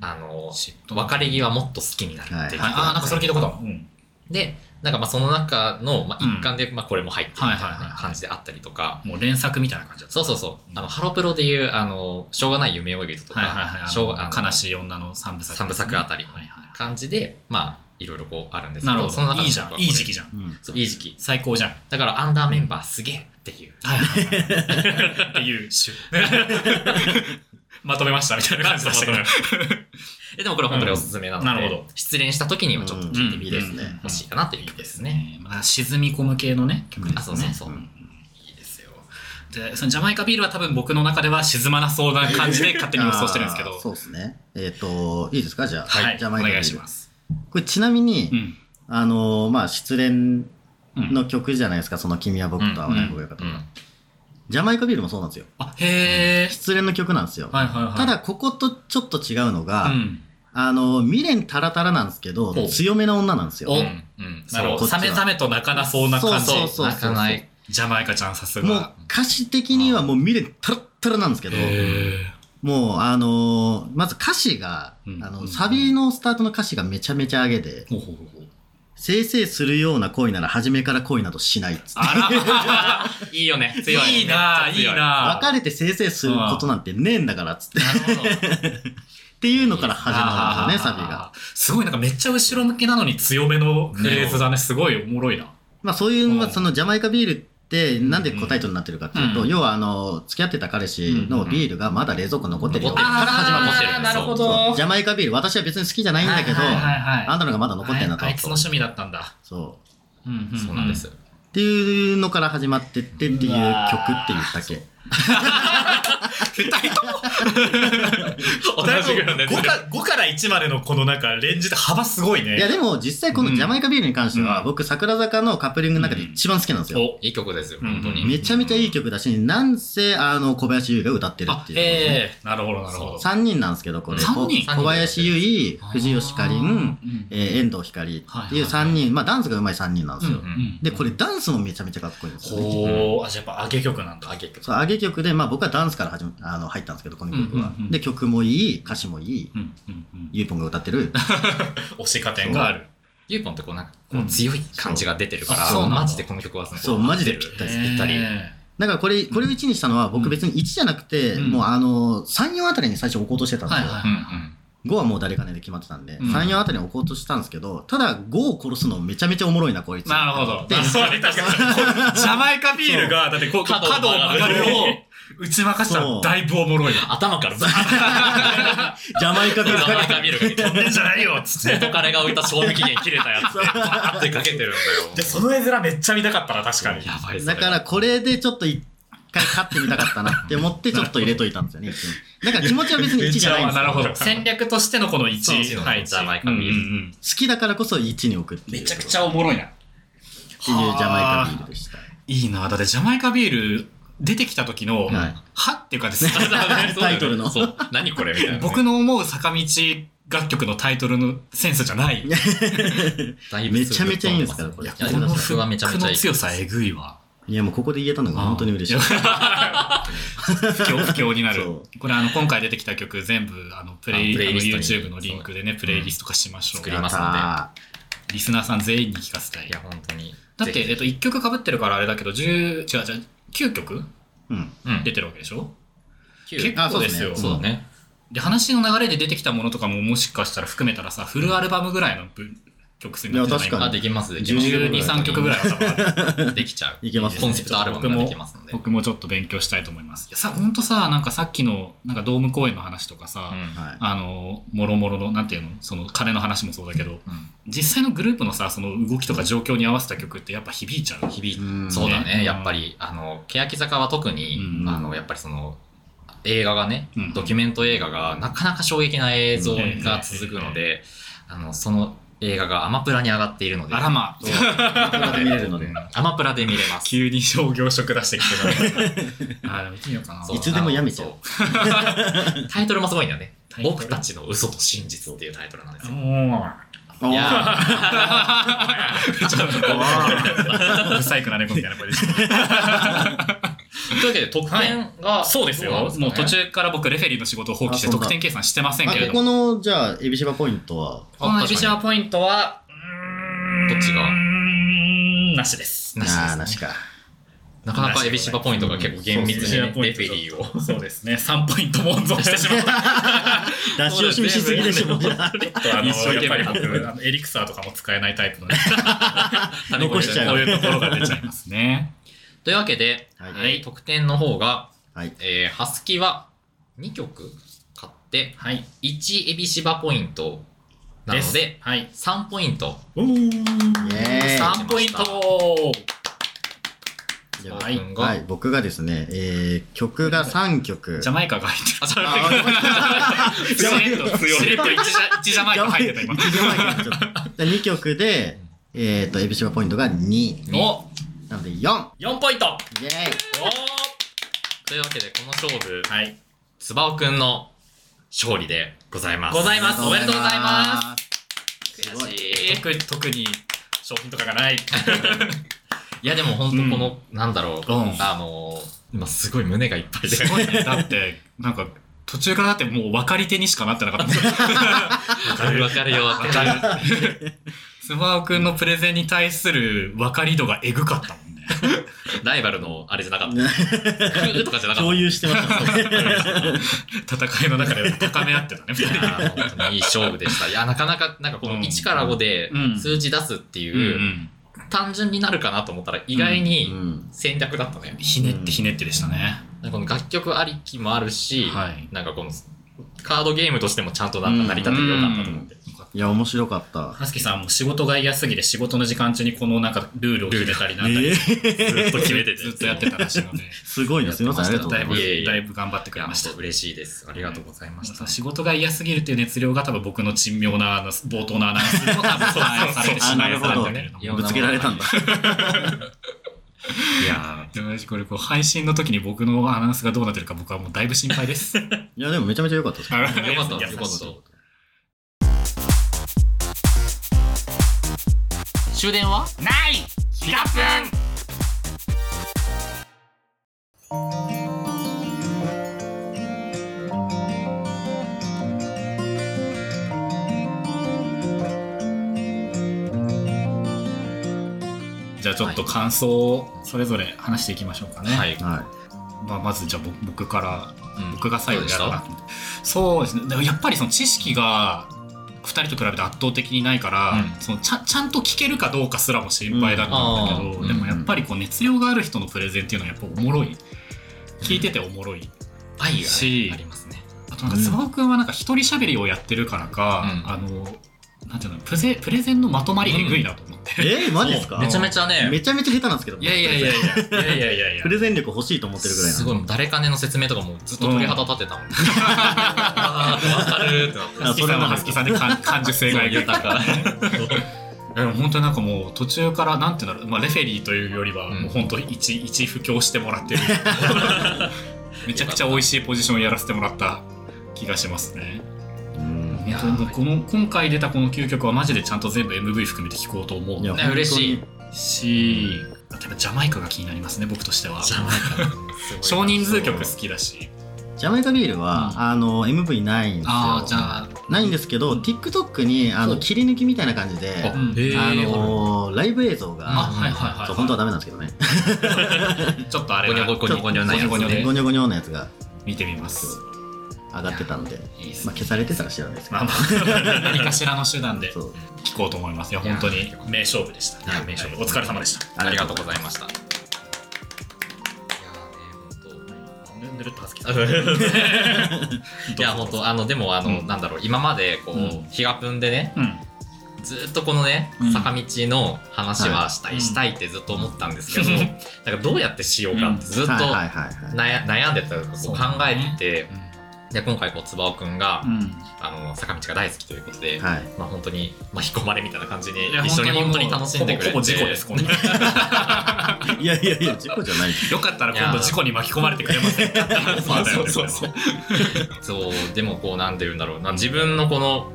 あの、別れ際もっと好きになるっていう曲はいああなんかそれ聞いたことあるうんで、なんかまあその中の、まあ、一環で、まあこれも入ってるみたはいいはいはいなはい感じであったりとか、もう連作みたいな感じだったそうそうそう。うんあの、ハロプロでいう、あの、しょうがない夢追い人とはいはいはいか、あしょうのがあの悲しい女の三部作三部作あたりはいはい感じで、まあ、いろいろこうあるんですけなど、るほそのど。中いいじゃん。いい時期じじゃん。うん。ゃん。いい時期。最高じゃん。だからアンダーメンバーすげえっていう。はいはいはい。っていう週。 *laughs* まとめましたみたいな感じでしたけど。えでもこれは本当におすすめなので、うんなるほど失恋した時にはちょっと聞いてみてうんうんうんほしいかなという曲ですね。ねまあ、沈み込む系のね、曲ですね。あそうそうそうんいいですよ。で、そのジャマイカビールは多分僕の中では沈まなそうな感じで勝手に予想してるんですけあど。ーそうですね。えっ、と、いいですかじゃあ。はい、ジャおマイカビール願いします。これちなみに、うん。あのーまあ、失恋うんの曲じゃないですか。その君は僕と会わない方がよかったうとか、んジャマイカビールもそうなんですよ。あ、へえ。失恋の曲なんですよ。はいはいはい。ただ、こことちょっと違うのが、うん、あのー、未練たらたらなんですけどほう、強めな女なんですよ。おうんうんなるほど。こっちサはメザメと泣かなそうな感じ。そうそう泣かない。ジャマイカちゃんさすもうが。歌詞的にはもう未練たらたらなんですけど、へもうあのーまず歌詞が、うんあうのんサビのスタートの歌詞がめちゃめちゃ上げでえ。、ほうほうほうほう。せいせいするような恋なら初めから恋などしないっつって。あいいよね。強ら、い。いいなぁ、めっいいちゃ強なぁ。別れてせいせいすることなんてねえんだからっつって。っなるほど。ていうのから始まるんですよね、サビあが。ー。すごいなんかめっちゃ後ろ向きなのに強めのフレーズだね。すごいおもろいな。まあそういう、まうあんそのジャマイカビールってなんで答えとになってるかっていうと、うん要はあの、付き合ってた彼氏のビールがまだ冷蔵庫残ってるようんから始まるん残でっすてよるあーなるほど。そうジャマイカビール、私は別に好きじゃないんだけど、はいはいあはいはいんたのがまだ残ってんなとあいあいつの趣味だったんだ。そう。うんそうなんです。。っていうのから始まってってってういう曲って言わったっけ二人とも同じぐらいのやつ5か五から1までのこのなんかレンジって幅すごいね。いやでも実際このジャマイカビールに関してはうん僕桜坂のカップリングの中で一番好きなんですよ。おいい曲ですよ、うん本当に。めちゃめちゃいい曲だし、なんせあの小林優が歌ってるあっ、ていう。ええなるほどなるほど。 3人なんですけど、これ。三人こ小林優衣、藤吉かりん、うんえー遠藤ひかりっていう3人、まあダンスが上手い3人なんですよう。んで、これダンスもめちゃめちゃかっこいいんですよね。ほう、あ、じゃあやっぱ上げ曲なんだ。上げ曲。そう、上げ曲で、まあ僕はダンスから始め、あの、入ったんですけど、この曲はうんうんうん。で、曲もいい、歌詞もいい、うんうんうん。ゆうぽんが歌ってる、推し加点がある。ユーポンってこうなんかこう強い感じが出てるから、うんそうあそうなんだマジでこの曲はそのそうマジでぴったりですぴったり。だからこれ、これを1にしたのは、僕別に1じゃなくて、うんもうあの、3、4あたりに最初置こうとしてたんですよ。はいはいうんうん5はもう誰かねで決まってたんで、うん3、4あたりに置こうとしてたんですけど、ただ5を殺すのめちゃめちゃおもろいな、こいつ。なるほど。であそうね、確かに。こうジャマイカビールが、だってこう、角角をを曲がる曲をがる打ち負かしたらだいぶおもろいな。頭からバージャマイカビールかッけと見るけど飛んでんじゃないよっつって。元彼が置いた賞味期限切れたやつでバーってかけてるんだよ。で、その絵面めっちゃ見たかったな、確かに。やばいだからこれでちょっと一回勝ってみたかったなって思って、ちょっと入れといたんです *laughs* よね、一にだから気持ちは別に1じゃない *laughs* んですなるよ。ほ好ど。戦略としてのこの1そうそうはい、ジャマイカビーうんルうんうんきだからこそ1に置くっていう。めちゃくちゃおもろいな。っていうジャマイカビールでした。いいな。だってジャマイカビール出てきた時の、はいはっていうかです *laughs* ね。タイトルのそう何これみたいなね。僕の思う坂道楽曲のタイトルのセンスじゃない。いや、だいぶめちゃめちゃいいんですから、こいれ。ややこってこみのまのすフ曲はめちゃッめクちゃいのいです強さえぐいわ。いや、もうここで言えたのが本当に嬉しい。不況不況になるそこれあの今回出てきた曲全部あのプレイあプレイリストにあの YouTube のリンクでねプレイリスト化しましょう、作りますのでやったーリスナーさん全員に聞かせたいいや、本当に。だって、ぜひえっと、1曲かぶってるからあれだけど10違う違う9曲うん。うん出てるわけでしょ九結あ構そうでですすねよそうだね。で話の流れで出てきたものとかももしかしたら含めたらさフルアルバムぐらいの分曲数になってるじゃいやないあ、できます。できま12す。 12、3曲ぐらいは多分ある *laughs* できちゃう。いけますねコンセプトアルバムができますので。僕もちょっと勉強したいと思いますいやさほんとさなんかさっきのなんかドーム公演の話とかさ、うんはい。あのもろもろのなんていうのその金の話もそうだけどうん実際のグループのさその動きとか状況に合わせた曲ってやっぱ響いちゃう響いうんそうだね、ねやっぱり、あの、欅坂は特に、うんあの、やっぱりその、映画がね、うんドキュメント映画が、なかなか衝撃な映像が続くので、あの、その映画がアマプラに上がっているので、あらまそう。ここで見れるので。アマプラで見れます。急に商業色出してきてたあでも見てみようかなそういつでもやめちゃうあのそうタイトルもすごいんだよね *laughs* タ。イトル僕たちの嘘と真実っていうタイトルなんですよ。もおーいやうちょっとおー不細工な猫みたいな声でしたーというわけで、特典が、そうですよどなんかねもう途中から僕レフェリーの仕事を放棄してあそう得だ点計算してませんあけれこどこもの、じゃあ、エビシバポイントは、このあエビシャーポイントはどっちがうーんなしですなしですねあーなしか。なかなかエビシバポイントが結構厳密にねレフェリ *laughs* ーを。そうですね。3ポイントもんぞしてしまった。出し惜しみしすぎでしょ、じゃあちょっとあの、一生やっ懸ぱ命り僕、あのエリクサーとかも使えないタイプのね、残しち *laughs* ゃこうういうところが出ちゃいますね。というわけで、はいはい得点の方が、はい。えー、ハスキは2曲買って、はい。 1エビシバポイントなでのすで、はい。 3ポイント。おーイエー3ポイントイははいい。は。い、僕がですね、えー、曲が3曲。ジャマイカが入ってあ、それあた。しれっと、しれっと1ジャマイカ入ってた、今。一ジャマイカちょっとで2曲で、えっ、と、エビシバポイントが2。おなので4。イェ !4 ポイントーイ。おーというわけで、この勝負、はい。つばおくんの勝利でございます。ございますおめでとうございますすご悔い。しい。特に、特に商品とかがない。いや、でも本当この、なんだろう、うんあのー、今すごい胸がいっぱいで。すごいね。だって、なんか、途中からだってもう分かり手にしかなってなかった。わかるわかるよ。わかる。スマオくんのプレゼンに対する分かり度がえぐかったもんね。ライバルのあれじゃなかった。ふーとかじゃなかった。共有してましたね。戦いの中で高め合ってたね、二いや人。ー本当にいい勝負でした。いや、なかなか、なんかこうのん1から5でうん数字出すってうんういう、ん。単純になるかなと思ったら、意外うにん。戦略だったね。ひねってひねってでしたね。なんかこの楽曲ありきもあるし、はいなんかこの、カードゲームとしてもちゃんとなんか成り立ててよかったと思って。いや、面白かった。ハスキさんも仕事が嫌すぎて仕事の時間中にこのなんかルールを決めたりなんだりえずずっとっと決決めめててててずっとやってたら *laughs* しいので。すごいな、すみません、ありがとうごだざいいぶます。いえいえだいぶ頑張ってくいれや、まましたた。嬉しいです。ありがとうございました。仕事が嫌すぎるっていう熱量が多分僕の珍妙なあの冒頭のアナウンスにも多分反映されてしまいそうなんだけれどあなるほども。ぶつけられたんだ。いやでも私これこう配信の時に僕のアナウンスがどうなってるか僕はもうだいぶ心配です。よかいや、でもめちゃめちゃ良かった *laughs* です。ーよかった、よかった。終電はない気がすんじゃあちょっと感想をそれぞれ話していきましょうかね。はい。はまあ、まずじゃあ僕僕からうん僕が最後にやるかなと思ってそうですねでもやっぱりその知識が2人と比べて圧倒的にないから、うそのちゃんちゃんと聞けるかどうかすらも心配だったんだけど、うんあーでもやっぱりこう熱量がある人のプレゼンっていうのはやっぱおもろい聞いてておもろい、愛がねしありますね。あとなんかつばおくんはなんか一人しゃべりをやってるからか、うんあのなんていうのプレプレゼンのまとまりえぐいなと思って、い。えー、マジですかめちゃめちゃね、めちゃめちゃ下手なんですけど。いやいやいやいや、いやいやいやいやプ。レゼン力欲しいと思ってるぐらいな *laughs* すんで。ごい、誰かねの説明とかもずっと鳥肌立てたもん。 *laughs* あーわかるーってなってそあそれれももはすきさんで感感受性がえぐい豊いか。やでも本当になんかもう途中からなんていうんだろう、まあ、レフェリーというよりはうんもう本当一一布教してもらってるめちゃくちゃ美味しいポジションをやらせてもらった気がしますねうんいやーこの今回出たこの9曲はマジでちゃんと全部 MV 含めて聴こうと思いやうね本当に嬉しいし例えばジャマイカが気になりますね僕としてはジャマイカのすごいな少人数曲好きだしジャマイカビールは、うんあの MV ないんですよああじゃあないんですけど、TikTok にあそのう切り抜きみたいな感じで、あうんへーあのライブ映像が、あはいはいはい、そう本当はダメなんですけどねちょっとあれゴニがョゴニョゴニョなやつゴニョゴニョねゴニョゴニョのやつが見てみます上がってたので、いいですまあ、消されてたら知らないですけまあど、ま *laughs* あ何かしらの手段でそう聞こうと思いますよいや本当に名勝負でしたいや名勝負はいお疲れ様でしたありがとうございました。いやーね、ぬるぬるっとはすきさん本 *laughs* 当。いや、本当、あの、でも、あの、うんなんだろう、今まで、こうんう、日がぷんでね、うんずーっとこのねうん、坂道の話はしたはいい、したいってずっと思ったんですけど、うんなんかどうやってしようかってずっとはいはいはいはい悩悩んでたというかこう考えてて、で今回こうつばおくんが、うんあの坂道が大好きということで、はいまあ本当に巻き込まれみたいな感じにいや一緒に本本当当にに楽しんでくれてほぼほぼ事故ですこ *laughs* んないやいやいや事故じゃないですよかったら今度事故に巻き込まれてくれませんかって *laughs* いうオファーだよねそうそうそうそうでもこうなんて言うんだろうな自分のこの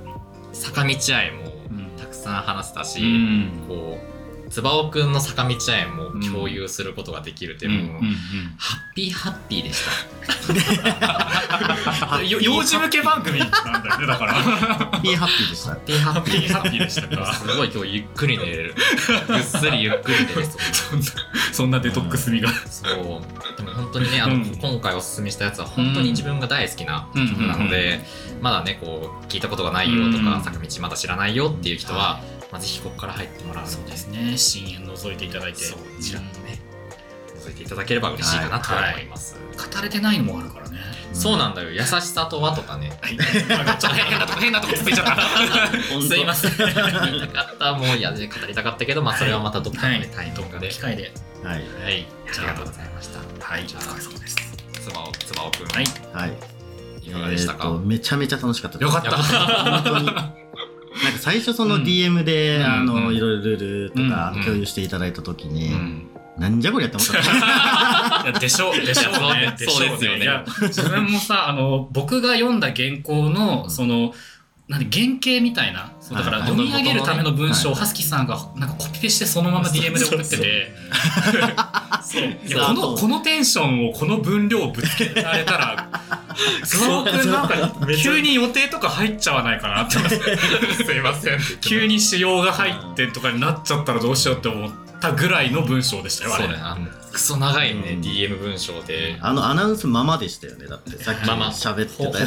坂道愛もうんたくさん話せたこし、れうんこうつばおくんの坂道愛も共有することができるって、うんもううんハッピーハッピーでした。ハあよ幼児向け番組なんだよねだからハピーハッピーでした。ピーハッッピピーーハハッッピピーーででししたたかすごい今日ゆっくり寝れるぐっすりゆっくり寝れそうそんな *laughs* そんなデトックス味がそうでも本当にねあの、うん今回おすすめしたやつは本当に自分が大好きな曲なので、まだねこう聞いたことがないよとか、うん坂道まだ知らないよっていう人は、まあ、ぜひここから入ってもらうそうですね深淵覗いていただいてそううんちらっとね覗いていただければ嬉しいかなと思います、語れてないのもあるからねそうなんだよ優しさとはとかねはい、なんかちょっと変なとこ変なとこついち *laughs* ゃった本当すいません言いたかったもういやで語りたかったけど、まあ、それはまたどっかのね、タイミどンっグかでの機会ではい。はいありがとうございましたはいじじゃゃああお疲れ様ですつばおつばおくんはいはい。いかがでしたか、えーっとめちゃめちゃ楽しかったです。よかっやたっ *laughs* 本当に。なんか最初そのうん DM で、うんあの、うんいろいろルールとかうん共有していただいたときに、うんなんじゃこりゃって思ったんですよ。いやでしょう、でしょういやね。そうそうですよねいや自分もさ、あの、僕が読んだ原稿うの、んその、なんで原型みたいな、そうだからはい読み上げるための文章をはいハスキーさんがなんかコピペしてそのまま DM で送ってて、そう *laughs* いやこそのうこのテンションをこの分量ぶつけられたら、スマホくんなんか急に予定とか入っちゃわないかなって思ってすいません。急に仕様が入ってとかになっちゃったらどうしようって思ったぐらいの文章でしたよ、あそうれだ。ねあのクソ長いね、うん DM 文章であのアナウンスままでしたよね。だってさっきまま喋ほっぼてたや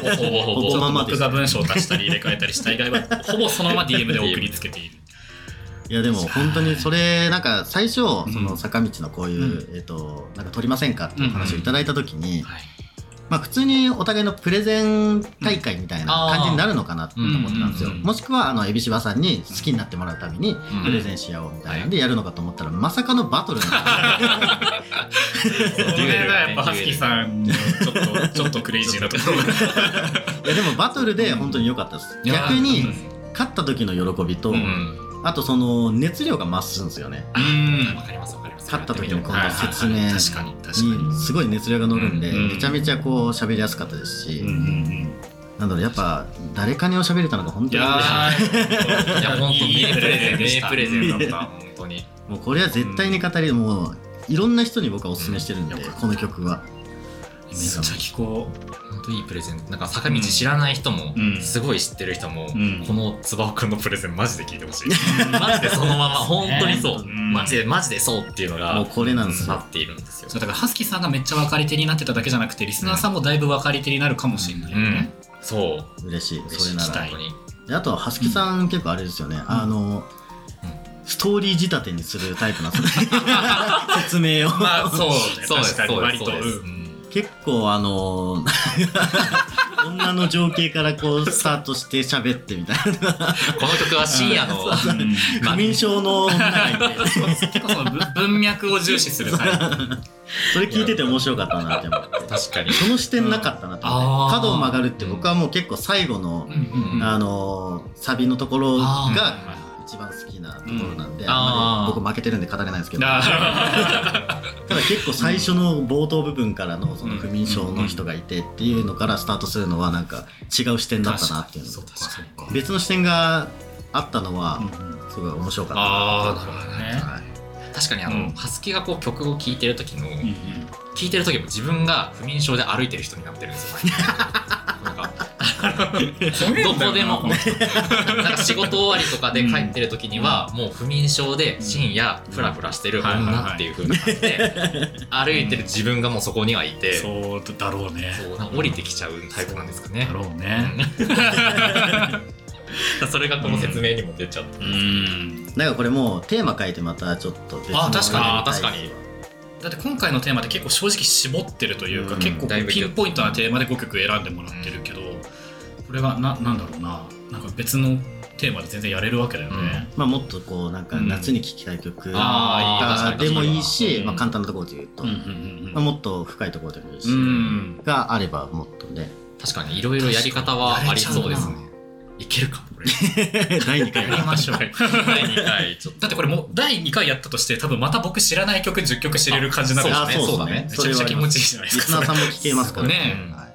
ほぼほぼほぼほほぼぼままで僕が文章を足したり入れ替えたりした以外はほぼそのまま DM で送りつけているいやでも本当にそれなんか最初そんの坂道のこういう、えっ、となんか撮りませんかっていう話をいただいた時に、はいまあ普通にお互いのプレゼン大会みたいな感じになるのかなと思ってたんですよ、うんあーうんうんうんもしくはあのエビシバさんに好きになってもらうためにんプレゼンし合おうみたいなんでやるのかと思ったら、まさかのバトルなんでそれがやっぱハスキーさんのちょっとちょっとクレイジーなところがいやでもバトルで本当に良かったです、逆うにん勝った時の喜びと、ううんあとその熱量が増すんですよねわかりますわかります勝った時のこのはいはい説明はい確かに確かににすごい熱量が乗るんで、うんめちゃめちゃこう喋りやすかったですし、うんうんうんなんだろうやっぱ誰かにを喋れたのが本い当にや嬉しいーいや本当いい名プレゼンでした名プ名プレレゼゼンだンだっったた本当にもうこれは絶対に語り、もういろんな人に僕はおすすめしてるんで、うんこの曲はめっちゃ聞こ本当いいプレゼンなんか坂道知らない人も、うんすごい知ってる人も、うんこのつばおくんのプレゼンマジで聞いてほしいうマジでそのまま本当にそう、うんマジでマジでそうっていうのがもうこれなんですなよ、っているんですよそうだからハスキーさんがめっちゃ分かり手になってただけじゃなくてリスナーさんもだいぶ分かり手になるかもしれないよねそう嬉しい嬉そしれいな本期ら待当にであとはすきさん結構あれですよね、あの、ストーリー仕立てにするタイプな *laughs* んですね説明を、まあそうねそうです確かにそうで割すとそうです、ううんん結構あの女の情景からこうスタートして喋ってみたいなこの曲は深夜のうんまあ不眠症の女がいて結構 *laughs* その文文脈を重視するタイプそれ聞いてて面白かったなって思って確かにその視点なかったなと思あーって角を曲がるって僕はもう結構最後の、うんあのーサビのところがあ一番好きなところなんで、うんあんあまーり僕負けてるんで語れないですけどただあ結構最初の冒頭部分からのその不眠症の人がいてっていうのからスタートするのはなんか違う視点だったなっていうのそっかそっか別の視点があったのはうんすごい面白かったあなーとなるほどねはい確かにあうんの、ハスキがこう曲を聴いてる時の、うんうん聴いてる時も自分が不眠症で歩いてる人になってるんですよなんかどこでもこの人なんか仕事終わりとかで帰ってる時には、もう不眠症で深夜フラフラしてる女っていう風な感じで歩いてる自分がもうそこにはいて、そうだろうねそうなんか降りてきちゃうタイプなんですかねだ。ろうねうんそれがこの説明にも出ちゃって、うんなんかこれもうテーマ書いてまたちょっと別のあ確かにあ確かにだって今回のテーマって結構正直絞ってるというかうん結構だいぶピンポイントなテーマで5曲選んでもらってるけどこれはななんだろうななんか別のテーマで全然やれるわけだよねまあ、もっとこうなんか夏に聴きたい曲とあーかでもいいいいし、なまあ、簡単なところで言うと、うんうんまあ、もっと深いところでもいいし、うんうんがあればもっとね確かにいろいろやり方はありそうです確かねにやれちゃう。いけるかこれ。第2回 *laughs* やりま *laughs* しょう第2回ちょっだってこれもう第2回やったとして多分また僕知らない曲10曲知れる感じになるあよあねそうですそうだねねめそちゃれくちはゃ気持ちいいじゃないリですスかナーさんも聞けますからねはい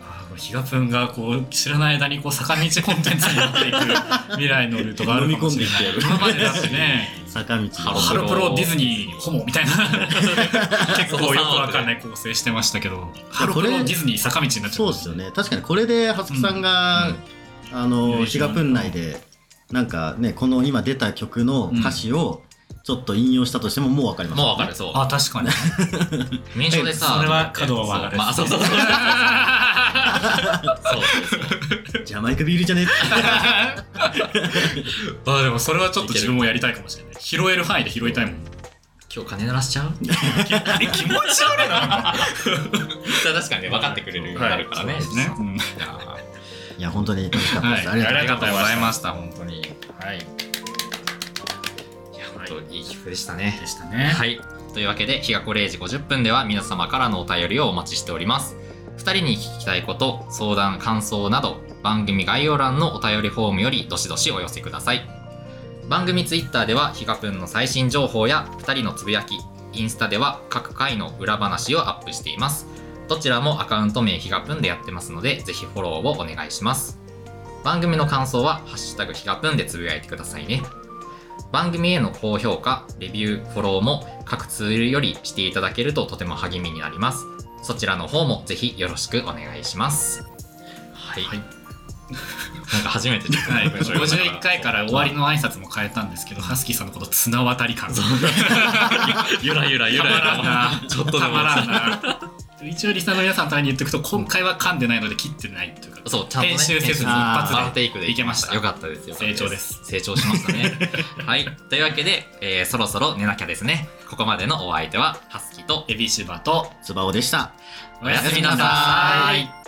あこう比嘉君がこう知らない間にこう坂道コンテンツになっていく未来のルートがあるかもしれ *laughs* ない飲み込んでいっちゃう今までだってね坂道ハロハロプロディズニーホモみたいな結構よくわかんない構成してましたけどハロプロディズニー坂道になっちゃそうったですよね確かにこれで葉月さんが、うんあいやの比嘉分内でなんかねこの今出た曲の歌詞をちょっと引用したとしてももう分かりますもうわかる、そう。あ確かに *laughs* 名称でさ、それは角を曲がるまあ、そうそうそう。そうそうジャマイカビールじゃね *laughs* まあでもそれはちょっと自分もやりたいかもしれない拾える範囲で拾いたいもん今日金鳴らしちゃうえ気持ち悪いな確かにね、分かってくれるようになるからね。はいそうですねうんいやーいや本当に楽しかったです、はいありがとああうりがとりがとううごござざいいまました、本当に。はいいや、本当にいい曲でしたね。でしたねはい。というわけで、日がこ0時50分では皆様からのお便りをお待ちしております。2人に聞きたいこと、相談、感想など、番組概要欄のお便りフォームよりどしどしお寄せください。番組 Twitter では、ひがぷんの最新情報や2人のつぶやき、インスタでは各回の裏話をアップしています。どちらもアカウント名ひがぷんでやってますので、ぜひフォローをお願いします。番組の感想は、ハッシュタグひがぷんでつぶやいてくださいね。番組への高評価、レビュー、フォローも各ツールよりしていただけるととても励みになります。そちらの方もぜひよろしくお願いします。はい。はいなんか初めてちょっと *laughs* はい、面白いことが51回から終わりの挨拶も変えたんですけど、ハスキーさんのこと綱渡り *laughs* 感がゆらゆらゆたらまゆらんら。な。ちょっとでもたまらんな。一応リスナーの皆さんのために言っておくと、今回は噛んでないので切ってないというか、そう、ちゃんと、ね、編集せずに一発でワンテイクでいけましたよかったですよ。成長です。成長しまし *laughs* たね。はい。というわけで、えーそろそろ寝なきゃですね。ここまでのお相手は、ハスキーと、エビシバと、つばおでしたおやすみなさーい。